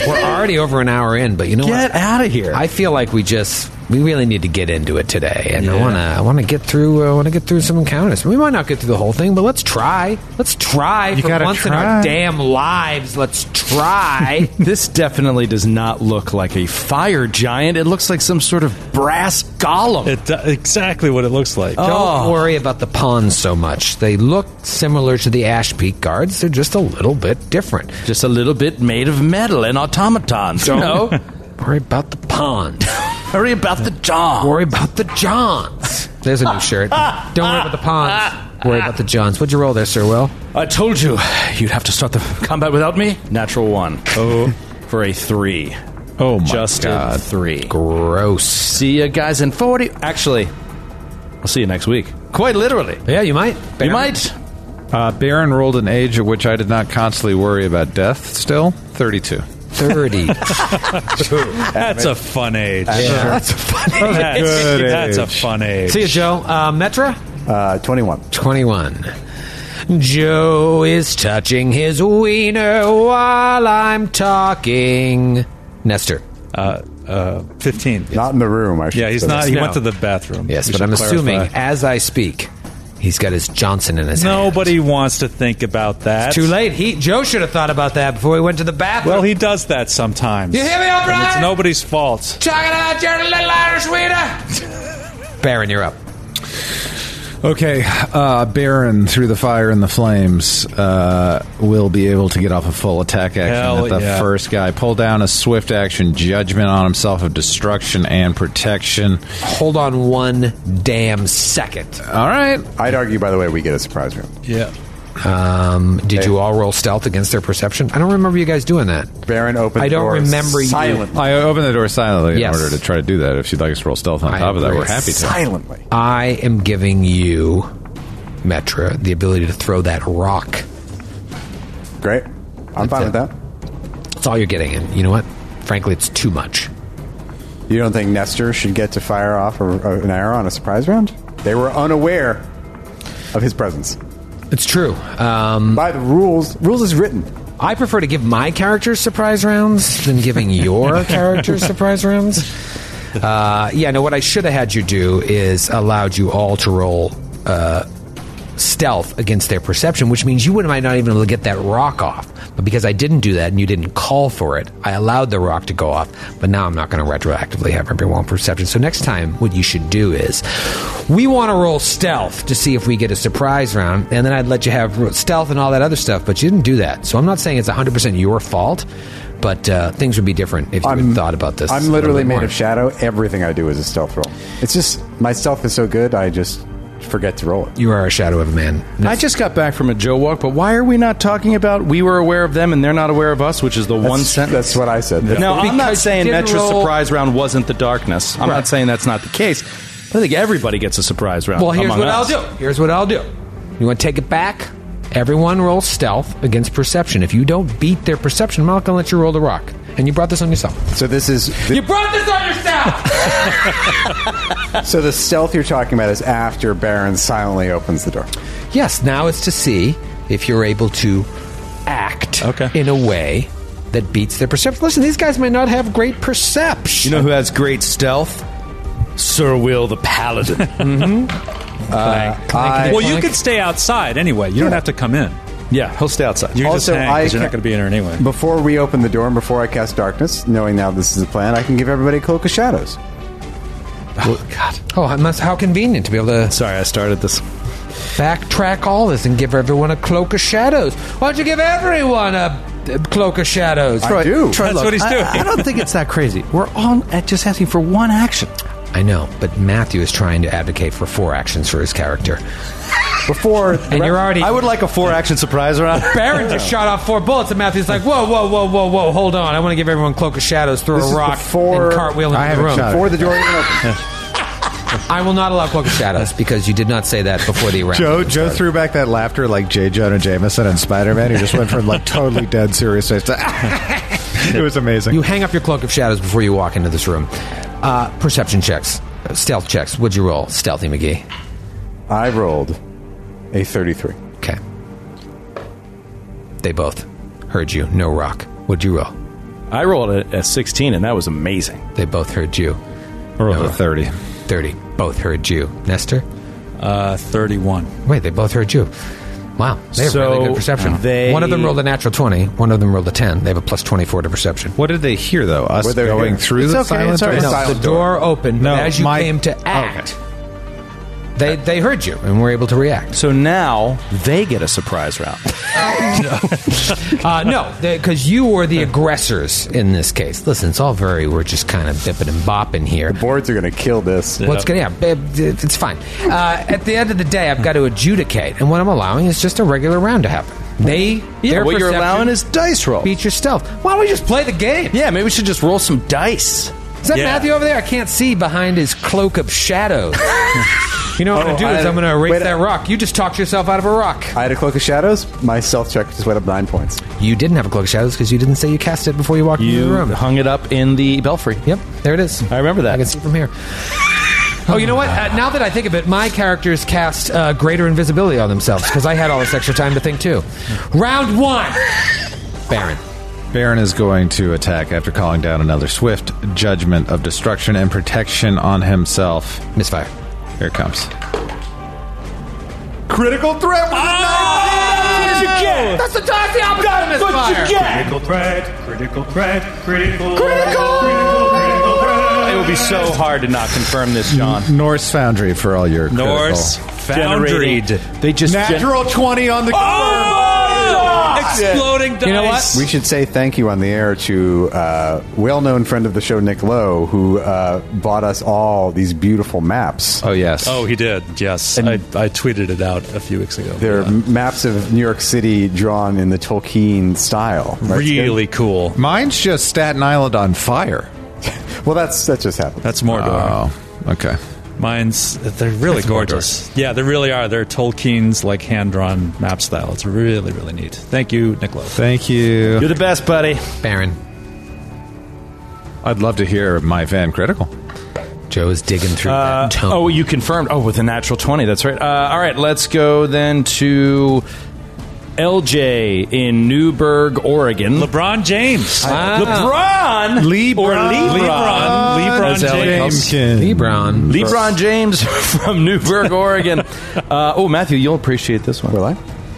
We're already over an hour in, but you know what?
Get out of here!
I feel like we just we really need to get into it today, and I wanna I wanna get through I wanna get through some encounters. We might not get through the whole thing, but let's try. Let's try for
gotta
once in
try.
our damn lives. Let's try.
this definitely does not look like a fire giant. It looks like some sort of brass golem.
It, do- exactly what it looks like.
Oh.
Don't worry about the pawns so much. They look similar to the Ash Peak guards. They're just a little bit different.
just a little bit made of metal and automatons. You know,
Worry about the pawns.
hurry about the jaw.
worry about the Johns. There's a new shirt. Don't worry about the pawns. Worry about the Johns. What'd you roll there, Sir Will?
I told you you'd have to start the combat without me. Natural one. Oh, for a three.
Oh my
Just a
god.
three.
Gross.
See you guys in forty. Actually, I'll see you next week. Quite literally.
Yeah, you might.
You might.
Uh, Baron rolled an age at which I did not constantly worry about death. Still thirty-two.
30.
That's a fun age.
That's funny.
That's,
Good
that's a
age.
fun age.
See you, Joe. Uh, Metra?
Uh, Twenty-one.
21. Joe is touching his wiener while I'm talking. Nestor.
uh, uh, 15.
Not in the room. I should
Yeah, he's
say.
not. He
No.
went to the bathroom.
Yes,
We
but
should
I'm assuming
clarify.
as I speak, he's got his Johnson in his hand.
Nobody wants to think about that.
Too late. He Joe should have thought about that before he went to the bathroom.
Well, he does that sometimes.
You hear me,
And
O'Brien?
It's nobody's fault.
talking about your little Irish wiener. Baron, you're up.
Okay, uh, Baron through the fire and the flames uh, will be able to get off a full attack action
Hell
at the
yeah.
first guy. Pull down a swift action judgment on himself of destruction and protection.
Hold on one damn second.
All right,
I'd argue, by the way, we get a surprise room.
Yeah.
Um, did you all roll stealth against their perception? I don't remember you guys doing that.
Baron opened
I
the
don't
door
remember you-
silently.
I opened the door silently
Yes.
in order to try to do that. If she'd like us to roll stealth on
I
top of that,
agree.
we're happy to.
Silently.
I am giving you, Metra, the ability to throw that rock.
Great. I'm fine
it.
with that.
That's all you're getting. And you know what? Frankly, it's too much.
You don't think Nestor should get to fire off a, a- an arrow on a surprise round? They were unaware of his presence.
It's true. Mm.
By the rules, rules is written.
I prefer to give my characters surprise rounds than giving your characters surprise rounds. Uh, yeah, no, what I should have had you do is allowed you all to roll uh, stealth against their perception, which means you would might not even be able to get that rock off. But because I didn't do that and you didn't call for it, I allowed the rock to go off. But now I'm not going to retroactively have everyone roll perception. So next time, what you should do is we want to roll stealth to see if we get a surprise round, and then I'd let you have stealth and all that other stuff. But you didn't do that, so I'm not saying it's 100 percent your fault. But uh, things would be different if you had thought about this. a
I'm
little
literally
bit
made
more.
of shadow. Everything I do is a stealth roll. It's just my stealth is so good, I just forget to roll it.
You are a shadow of a man.
I just got back from a Joe walk, but why are we not talking about we were aware of them and they're not aware of us, which is the one sentence.
That's what I said.
Now, I'm not
Because
saying
you didn't
Metra's
roll-
surprise round wasn't the darkness. I'm not saying that's not the case. I think everybody gets a surprise round.
Well, here's
among
what
us.
I'll do. Here's what I'll do. You want to take it back? Everyone roll stealth against perception. If you don't beat their perception, I'm not going to let you roll the rock. And you brought this on yourself.
So this is
You brought this on yourself!
so the stealth you're talking about is after Baron silently opens the door.
yes, now it's to see if you're able to act
Okay.
in a way that beats their perception. Listen, these guys might not have great
You
perception.
know who has great stealth? Sir Will the Paladin.
Mm-hmm.
Uh,
I-
well, you could stay outside anyway. You don't have to come in.
yeah, he'll stay outside.
You can
Also,
just hang 'cause
I
you're not
ca-
going to be in there anyway.
Before we open the door and before I cast darkness, knowing now this is the plan, I can give everybody a cloak of shadows.
Oh, God. Oh, I must, how convenient to be able to
Sorry, I started this.
backtrack all this and give everyone a cloak of shadows. Why don't you give everyone a, a cloak of shadows?
I do.
Troy,
That's
look,
what he's
I-
doing.
I, don't think it's that crazy. We're all at just asking for one action.
I know, but Matthew is trying to advocate for four actions for his character.
Before
And you're already.
I would like a four action surprise round.
Baron just shot off four bullets, and Matthew's like, whoa, whoa, whoa, whoa, whoa, hold on. I want to give everyone Cloak of Shadows, throw
This is
a rock,
before-
and cartwheel
I
into the
haven't
room.
shot
before the door even opens.
I will not allow Cloak of Shadows because you did not say that before the round.
Joe Joe threw back that laughter like J. Jonah Jameson and Spider Man. He just went from like totally dead serious face to it was amazing.
You hang up your Cloak of Shadows before you walk into this room. Uh, perception checks, uh, stealth checks. What'd you roll? Stealthy McGee.
I rolled a 33.
Okay. They both heard you. No rock. What'd you roll?
I rolled a, a 16, and that was amazing.
They both heard you.
We're over thirty.
30. Both heard you. Nestor?
Uh, 31.
Wait, they both heard you. Wow, they have
So,
really good perception.
they-
one of them rolled a natural twenty. One of them rolled a ten. They have a plus twenty-four to perception.
What did they hear though? Us
Were they
going
here?
through
It's
the
okay,
silence?
it's all right.
or-
No.
the
Silent
door opened,
No,
but as you
my-
came to act, they they heard you and were able to react.
So now they get a surprise round.
Uh, no, because you were the aggressors in this case. Listen, it's all very we're just kind of bipping and bopping here.
Boards are going to kill this.
What's gonna? Yeah, babe, it's fine. Uh, at the end of the day, I've got to adjudicate, and what I'm allowing is just a regular round to happen. They
Yeah,
their
what you're
perception
allowing is dice roll.
beat your stealth. Why don't we just play the game?
Yeah, maybe we should just roll some dice.
Is that
Yeah.
Matthew over there? I can't see behind his cloak of shadows. you know what I'm
Oh,
going to do is
I-
I'm going to erase
wait,
that
I-
rock. You just talked yourself out of a rock.
I had a cloak of shadows. My stealth check just went up nine points.
You didn't have a cloak of shadows because you didn't say you cast it before you walked into the
You
room.
hung it up in the belfry.
Yep, there it is.
I remember that.
I can see from here. Oh, you know what? Uh, now that I think of it, my characters cast uh, greater invisibility on themselves because I had all this extra time to think too. Round one, Baron.
Baron is going to attack after calling down another swift judgment of destruction and protection on himself.
Misfire.
Here it comes.
Critical threat.
That's the time the opportunity misfire.
Critical threat, critical threat, critical.
Critical!
critical, critical threat.
It would be so hard to not confirm this, John.
Norse Foundry for all your critical.
Norse Foundry.
They just
Natural 20 on the
Oh! Exploding dice.
You know what?
We should say thank you on the air to uh, well-known friend of the show, Nick Lowe, who uh, bought us all these beautiful
Uh,
maps.
Oh yes.
Oh, he did. Yes, I, I tweeted it out a few weeks ago.
They're m- maps of New York City drawn in the Tolkien style. Right,
really cool.
Mine's just Staten Island on fire.
Skip? Well, that's that just happened.
That's Mordor.
Oh, okay.
Mine's they're really gorgeous. Yeah, they really are. They're Tolkien's like hand drawn map style. It's really really neat. Thank you, Nicola.
Thank you.
You're the best, buddy.
Baron,
I'd love to hear my Van Critical.
Joe is digging through
Uh,
that tome.
oh, you confirmed. Oh, with a natural 20. That's right. Uh, all right, let's go then to LJ in Newburgh, Oregon.
LeBron James.
LeBron! Or Ah. LeBron.
Uh, LeBron
As Ellie
James.
Lebron.
LeBron James from Newburgh, Oregon. Uh, oh, Matthew, you'll appreciate this one.
Will I?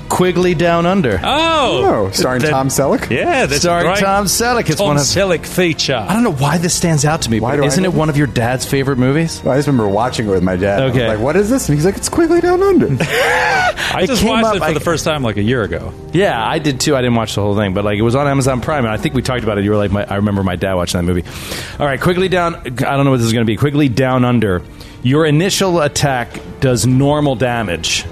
Quigley Down Under.
Oh,
Oh, starring
That-
Tom Selleck.
yeah, that's
starring
right.
Tom Selleck. It's
Tom
one of
Selleck feature.
I don't know why this stands out to me,
Why
but
do I
isn't
know
it one of your dad's favorite movies?
I just remember watching it with my dad. I was
Okay.
like, what is this? And he's like, it's Quigley Down Under.
I just
came
watched
up-
it for
I-
the first time like a year ago.
Yeah, I did too. I didn't watch the whole thing, but like it was on Amazon Prime, and I think we talked about it. You were like, my, I remember my dad watching that movie. All right, Quigley Down. I don't know what this is going to be. Quigley Down Under. Your initial attack does normal damage,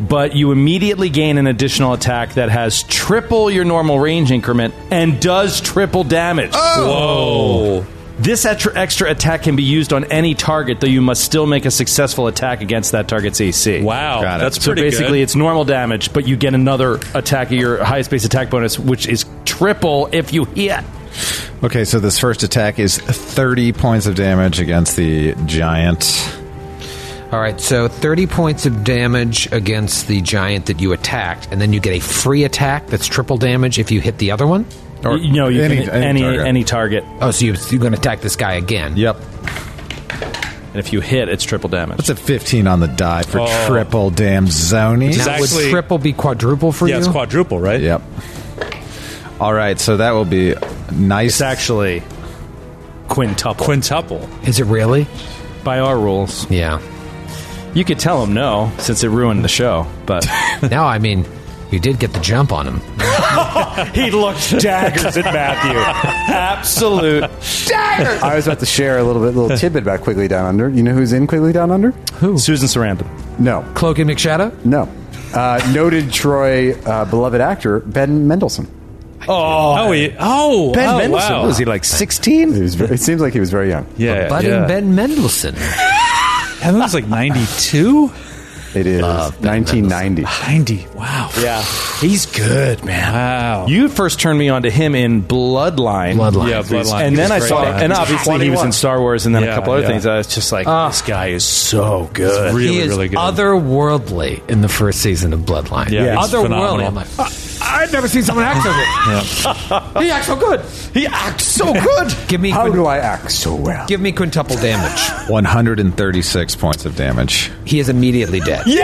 but you immediately gain an additional attack that has triple your normal range increment and does triple damage.
Whoa.
This extra, extra attack can be used on any target, though you must still make a successful attack against that target's AC.
Wow,
Got it.
that's
So
pretty
basically,
good.
it's normal damage, but you get another attack of your highest base attack bonus, which is triple if you hit.
Okay, so this first attack is 30 points of damage against the giant.
All right, so 30 points of damage against the giant that you attacked, and then you get a free attack that's triple damage if you hit the other one.
Or
you know, you
any-
can,
any
any
target.
any target,
Oh, so you, you're going to attack this guy again.
Yep.
and if you hit, it's triple damage.
That's a 15 on the die for
Oh.
triple damn zony.
It's
Now,
actually-
would triple be quadruple for
yeah,
you?
it's quadruple, right?
Yep. All right, so that will be nice.
It's actually quintuple
Quintuple.
Is it really?
by our rules.
Yeah.
You could tell him no, since it ruined the show, but
now, I mean, you did get the jump on him.
he looked daggers at Matthew. Absolute
I was about to share a little bit, little tidbit about Quigley Down Under. You know who's in Quigley Down Under?
Susan Sarandon.
No,
Cloak and McShadow?
no. Uh, noted Troy, uh, beloved actor Ben Mendelsohn.
Oh, he, oh,
Ben
oh,
Mendelsohn
wow.
what was he like sixteen?
He was very, it seems like he was very young.
Yeah,
Budding
yeah.
Ben Mendelsohn.
That was like 92?
It is 1990.
90. Wow. Yeah.
He's good, man.
Wow.
You first turned me on to him in Bloodline.
Bloodline.
yeah, bloodline.
And then I
Great.
saw, and obviously he was in Star Wars, and then
Yeah,
a couple other
yeah.
things. I was just like, this guy is so good.
really,
he is
really good.
otherworldly in the first season of Bloodline.
Yeah, he's
otherworldly.
phenomenal.
I'm like, I- I've never seen someone act so good. He acts so good. He acts so good. give me
How
quin-
do I act so well?
give me quintuple damage.
136 points of damage.
He is immediately dead. Yeah.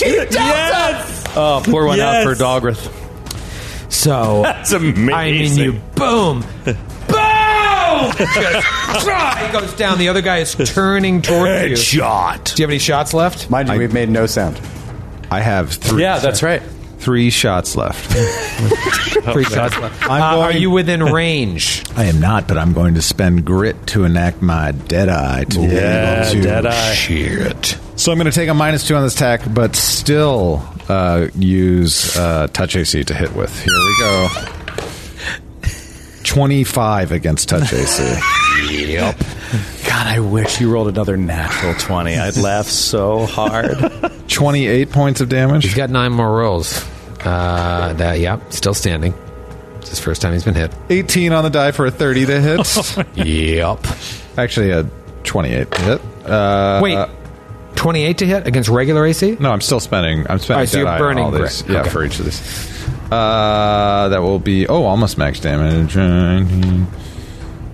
Yes!
Oh, pour one out for
Yes.
Dogrith.
So that's amazing. I mean, you boom, boom. Just, drop, he goes down. The other guy is turning towards you.
Shot.
Do you have any shots left?
Mind you,
I-
we've made no sound.
I have three.
Yeah, that's right.
Three shots left.
Three shots left.
I'm
Uh, are
going-
you within range?
I am not, but I'm going to spend grit to enact my dead eye. To yeah,
dead eye.
Shit. So I'm going to take a minus two on this attack, but still uh, use uh, touch AC to hit with. Here we go. 25 against touch AC.
yep.
God, I wish you rolled another natural 20. I'd laugh so hard.
28 points of
He's
damage.
got nine more rolls. Uh, that yep, still standing. It's his first time he's been hit.
18 on the die for a 30 that hits.
Yep.
Actually, a 28 to hit. Uh,
Wait, twenty-eight to hit against regular AC.
No, I'm still spending. I'm spending.
All right, so
dead
you're
eye on
burning
all these.
grit.
Yeah,
Okay.
for each of these. Uh, that will be oh, almost max damage.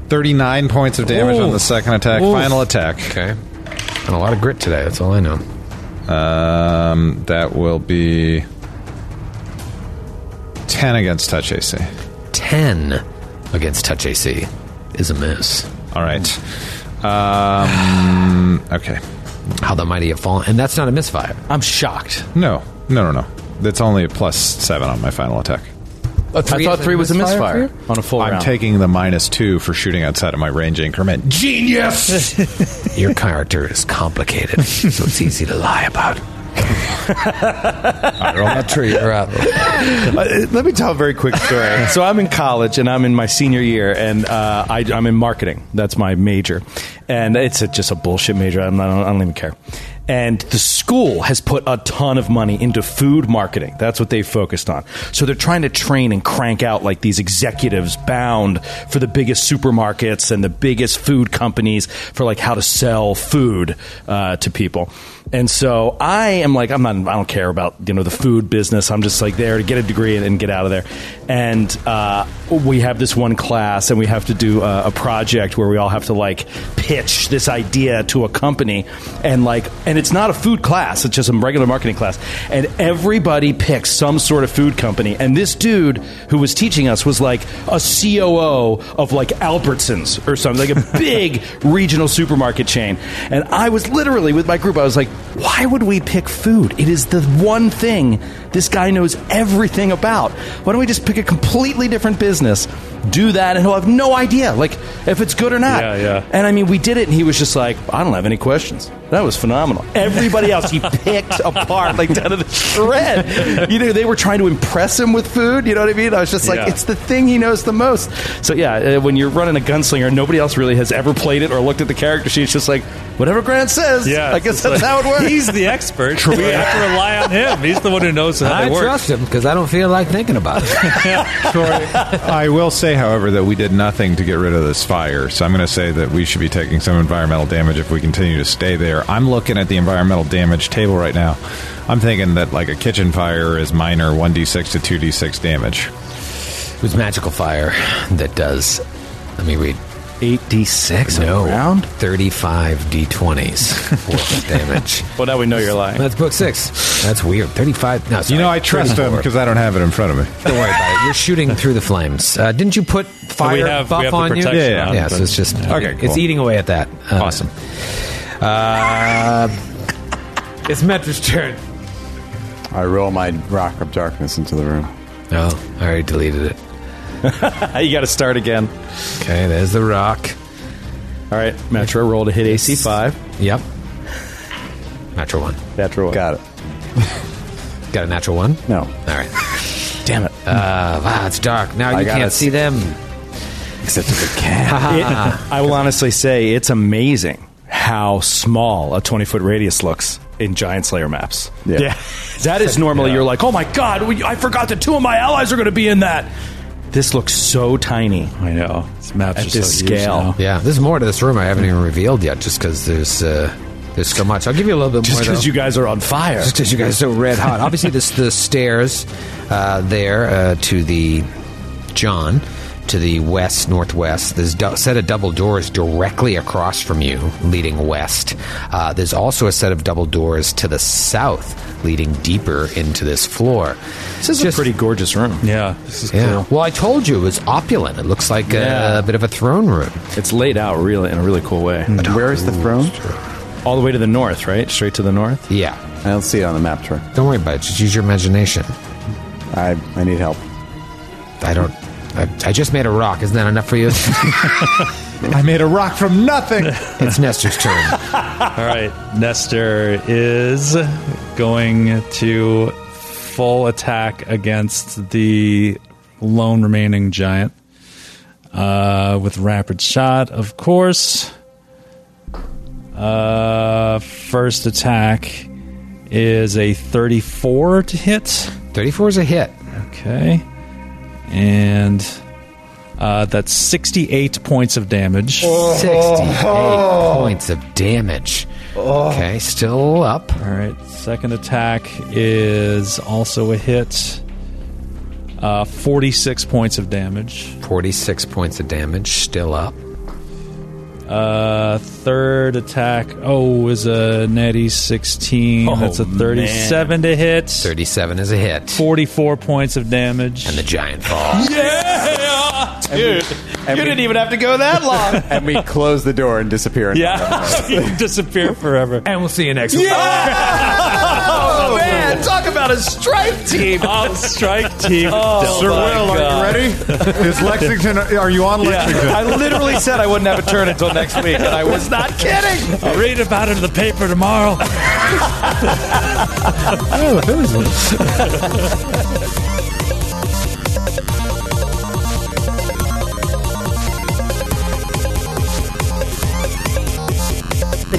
Thirty-nine points of damage on the second attack. Final attack.
Okay. And a lot of grit today. That's all I know.
Um, that will be ten against touch AC.
Ten against touch AC is a miss.
All right. Um, okay.
How the mighty have fallen, and that's not a misfire.
I'm shocked.
No, no, no, no. That's only a plus seven on my final attack.
I thought three was a misfire on a full
I'm
round.
taking the minus two for shooting outside of my range increment. Genius!
Your character is complicated, so it's easy to lie about.
I roll that
Tree, you're up.
Uh, let me tell a very quick story. so I'm in college and I'm in my senior year and uh, I, I'm in marketing. That's my major, and it's a, just a bullshit major. I'm not. I don't even care. And the school has put a ton of money into food marketing. That's what they focused on. So they're trying to train and crank out like these executives bound for the biggest supermarkets and the biggest food companies for like how to sell food uh, to people. And so I am like, I'm not, I don't care about, you know, the food business. I'm just like there to get a degree and, and get out of there. And uh, we have this one class and we have to do a, a project where we all have to like pitch this idea to a company. And like, and it's not a food class, it's just a regular marketing class. And everybody picks some sort of food company. And this dude who was teaching us was like a COO of like Albertsons or something, like a big regional supermarket chain. And I was literally with my group, I was like, why would we pick food? It is the one thing this guy knows everything about. Why don't we just pick a completely different business, do that, and he'll have no idea, like, if it's good or not.
Yeah, yeah.
And I mean, we did it, and he was just like, I don't have any questions. That was phenomenal. Everybody else, he picked apart, like, down to the shred. You know, they were trying to impress him with food. You know what I mean? I was just like,
Yeah.
it's the thing he knows the most. So, yeah, uh, when you're running a gunslinger, nobody else really has ever played it or looked at the character sheet. It's just like, whatever Grant says,
Yeah,
I
it's
guess
just
that's
like-
how it works.
He's the expert. We have to rely on him. He's the one who knows how
I
they work.
trust him because I don't feel like thinking about it.
Troy, I will say, however, that we did nothing to get rid of this fire, so I'm going to say that we should be taking some environmental damage if we continue to stay there. I'm looking at the environmental damage table right now. I'm thinking that, like, a kitchen fire is minor 1d6 to 2d6 damage.
It was magical fire that does. Let me read.
8d6
No,
round?
35 d20s worth of damage.
Well, now we know you're lying.
That's book six. That's weird. 35. No, sorry.
You know, I trust them
34.
because I don't have it in front of me.
Don't worry about it. You're shooting through the flames. Uh, didn't you put fire
We have,
buff
we have the
on you?
protection
Yeah, yeah.
on,
Yeah, so
but-
it's just
Okay,
it-
cool.
it's eating away at that. Uh,
Awesome.
Uh, it's Metra's turn.
I roll my rock of darkness into the room.
Oh, I already deleted it.
you got to start again.
Okay, there's the rock.
All right, Metro roll to hit AC five.
Yep. Natural one.
Metro one.
Got it.
Got a natural one?
No.
All right.
Damn it!
Uh, wow, it's dark. Now
I
you
got
can't
it.
see them.
Except for the cat.
It- I will honestly say it's amazing how small a twenty foot radius looks in Giant Slayer maps.
Yeah.
that is normally you're like, oh my god, we- I forgot that two of my allies are going to be in that. This looks so tiny.
I know. These maps
At
are
this
so huge
scale.
now.
Yeah, there's more to this room I haven't even revealed yet, just because there's uh, there's so much. I'll give you a little bit
Just
more. though.
because you guys are on fire.
just because you guys are so red hot. Obviously, this the stairs uh, there uh, to the John to the west northwest. There's a set of double doors directly across from you, leading west. Uh, there's also a set of double doors to the south, leading deeper into this floor.
This is
Just-
a pretty gorgeous room.
Yeah, this is
Yeah.
cool.
Well, I told you it was opulent. It looks like
Yeah.
a, bit of a throne room.
It's laid out really in a really cool way.
Where is the throne?
All the way to the north, right? Straight to the north.
Yeah.
I don't see it on the map, Troy.
Don't worry about it. Just use your imagination.
I, I need help.
I don't. I, I just made a rock. Isn't that enough for you?
I made a rock from nothing.
it's Nestor's turn.
All right, Nestor is going to full attack against the lone remaining giant uh, with rapid shot, of course. Uh, first attack is a 34 to hit.
34 is a hit.
Okay. And uh, that's 68 points of damage.
68 points of damage. Okay, still up.
All right. Second attack is also a hit. Uh, 46 points of damage.
46 points of damage, still up.
Uh, third attack, oh, is a natty 16.
Oh,
That's a 37 to hit.
37 is a hit.
44 points of damage.
And the giant falls.
yeah!
And we,
even have to go that long.
and we close the door and disappear. in-
Yeah, you disappear forever.
And we'll see you next week.
Oh, man, talk about about a strike team.
Oh, strike team.
Oh,
Sir
my
Will,
God.
are you ready? Is Lexington? Are you on Lexington?
I literally said I wouldn't have a turn until next week, and I was not kidding.
I'll read about it in the paper tomorrow.
The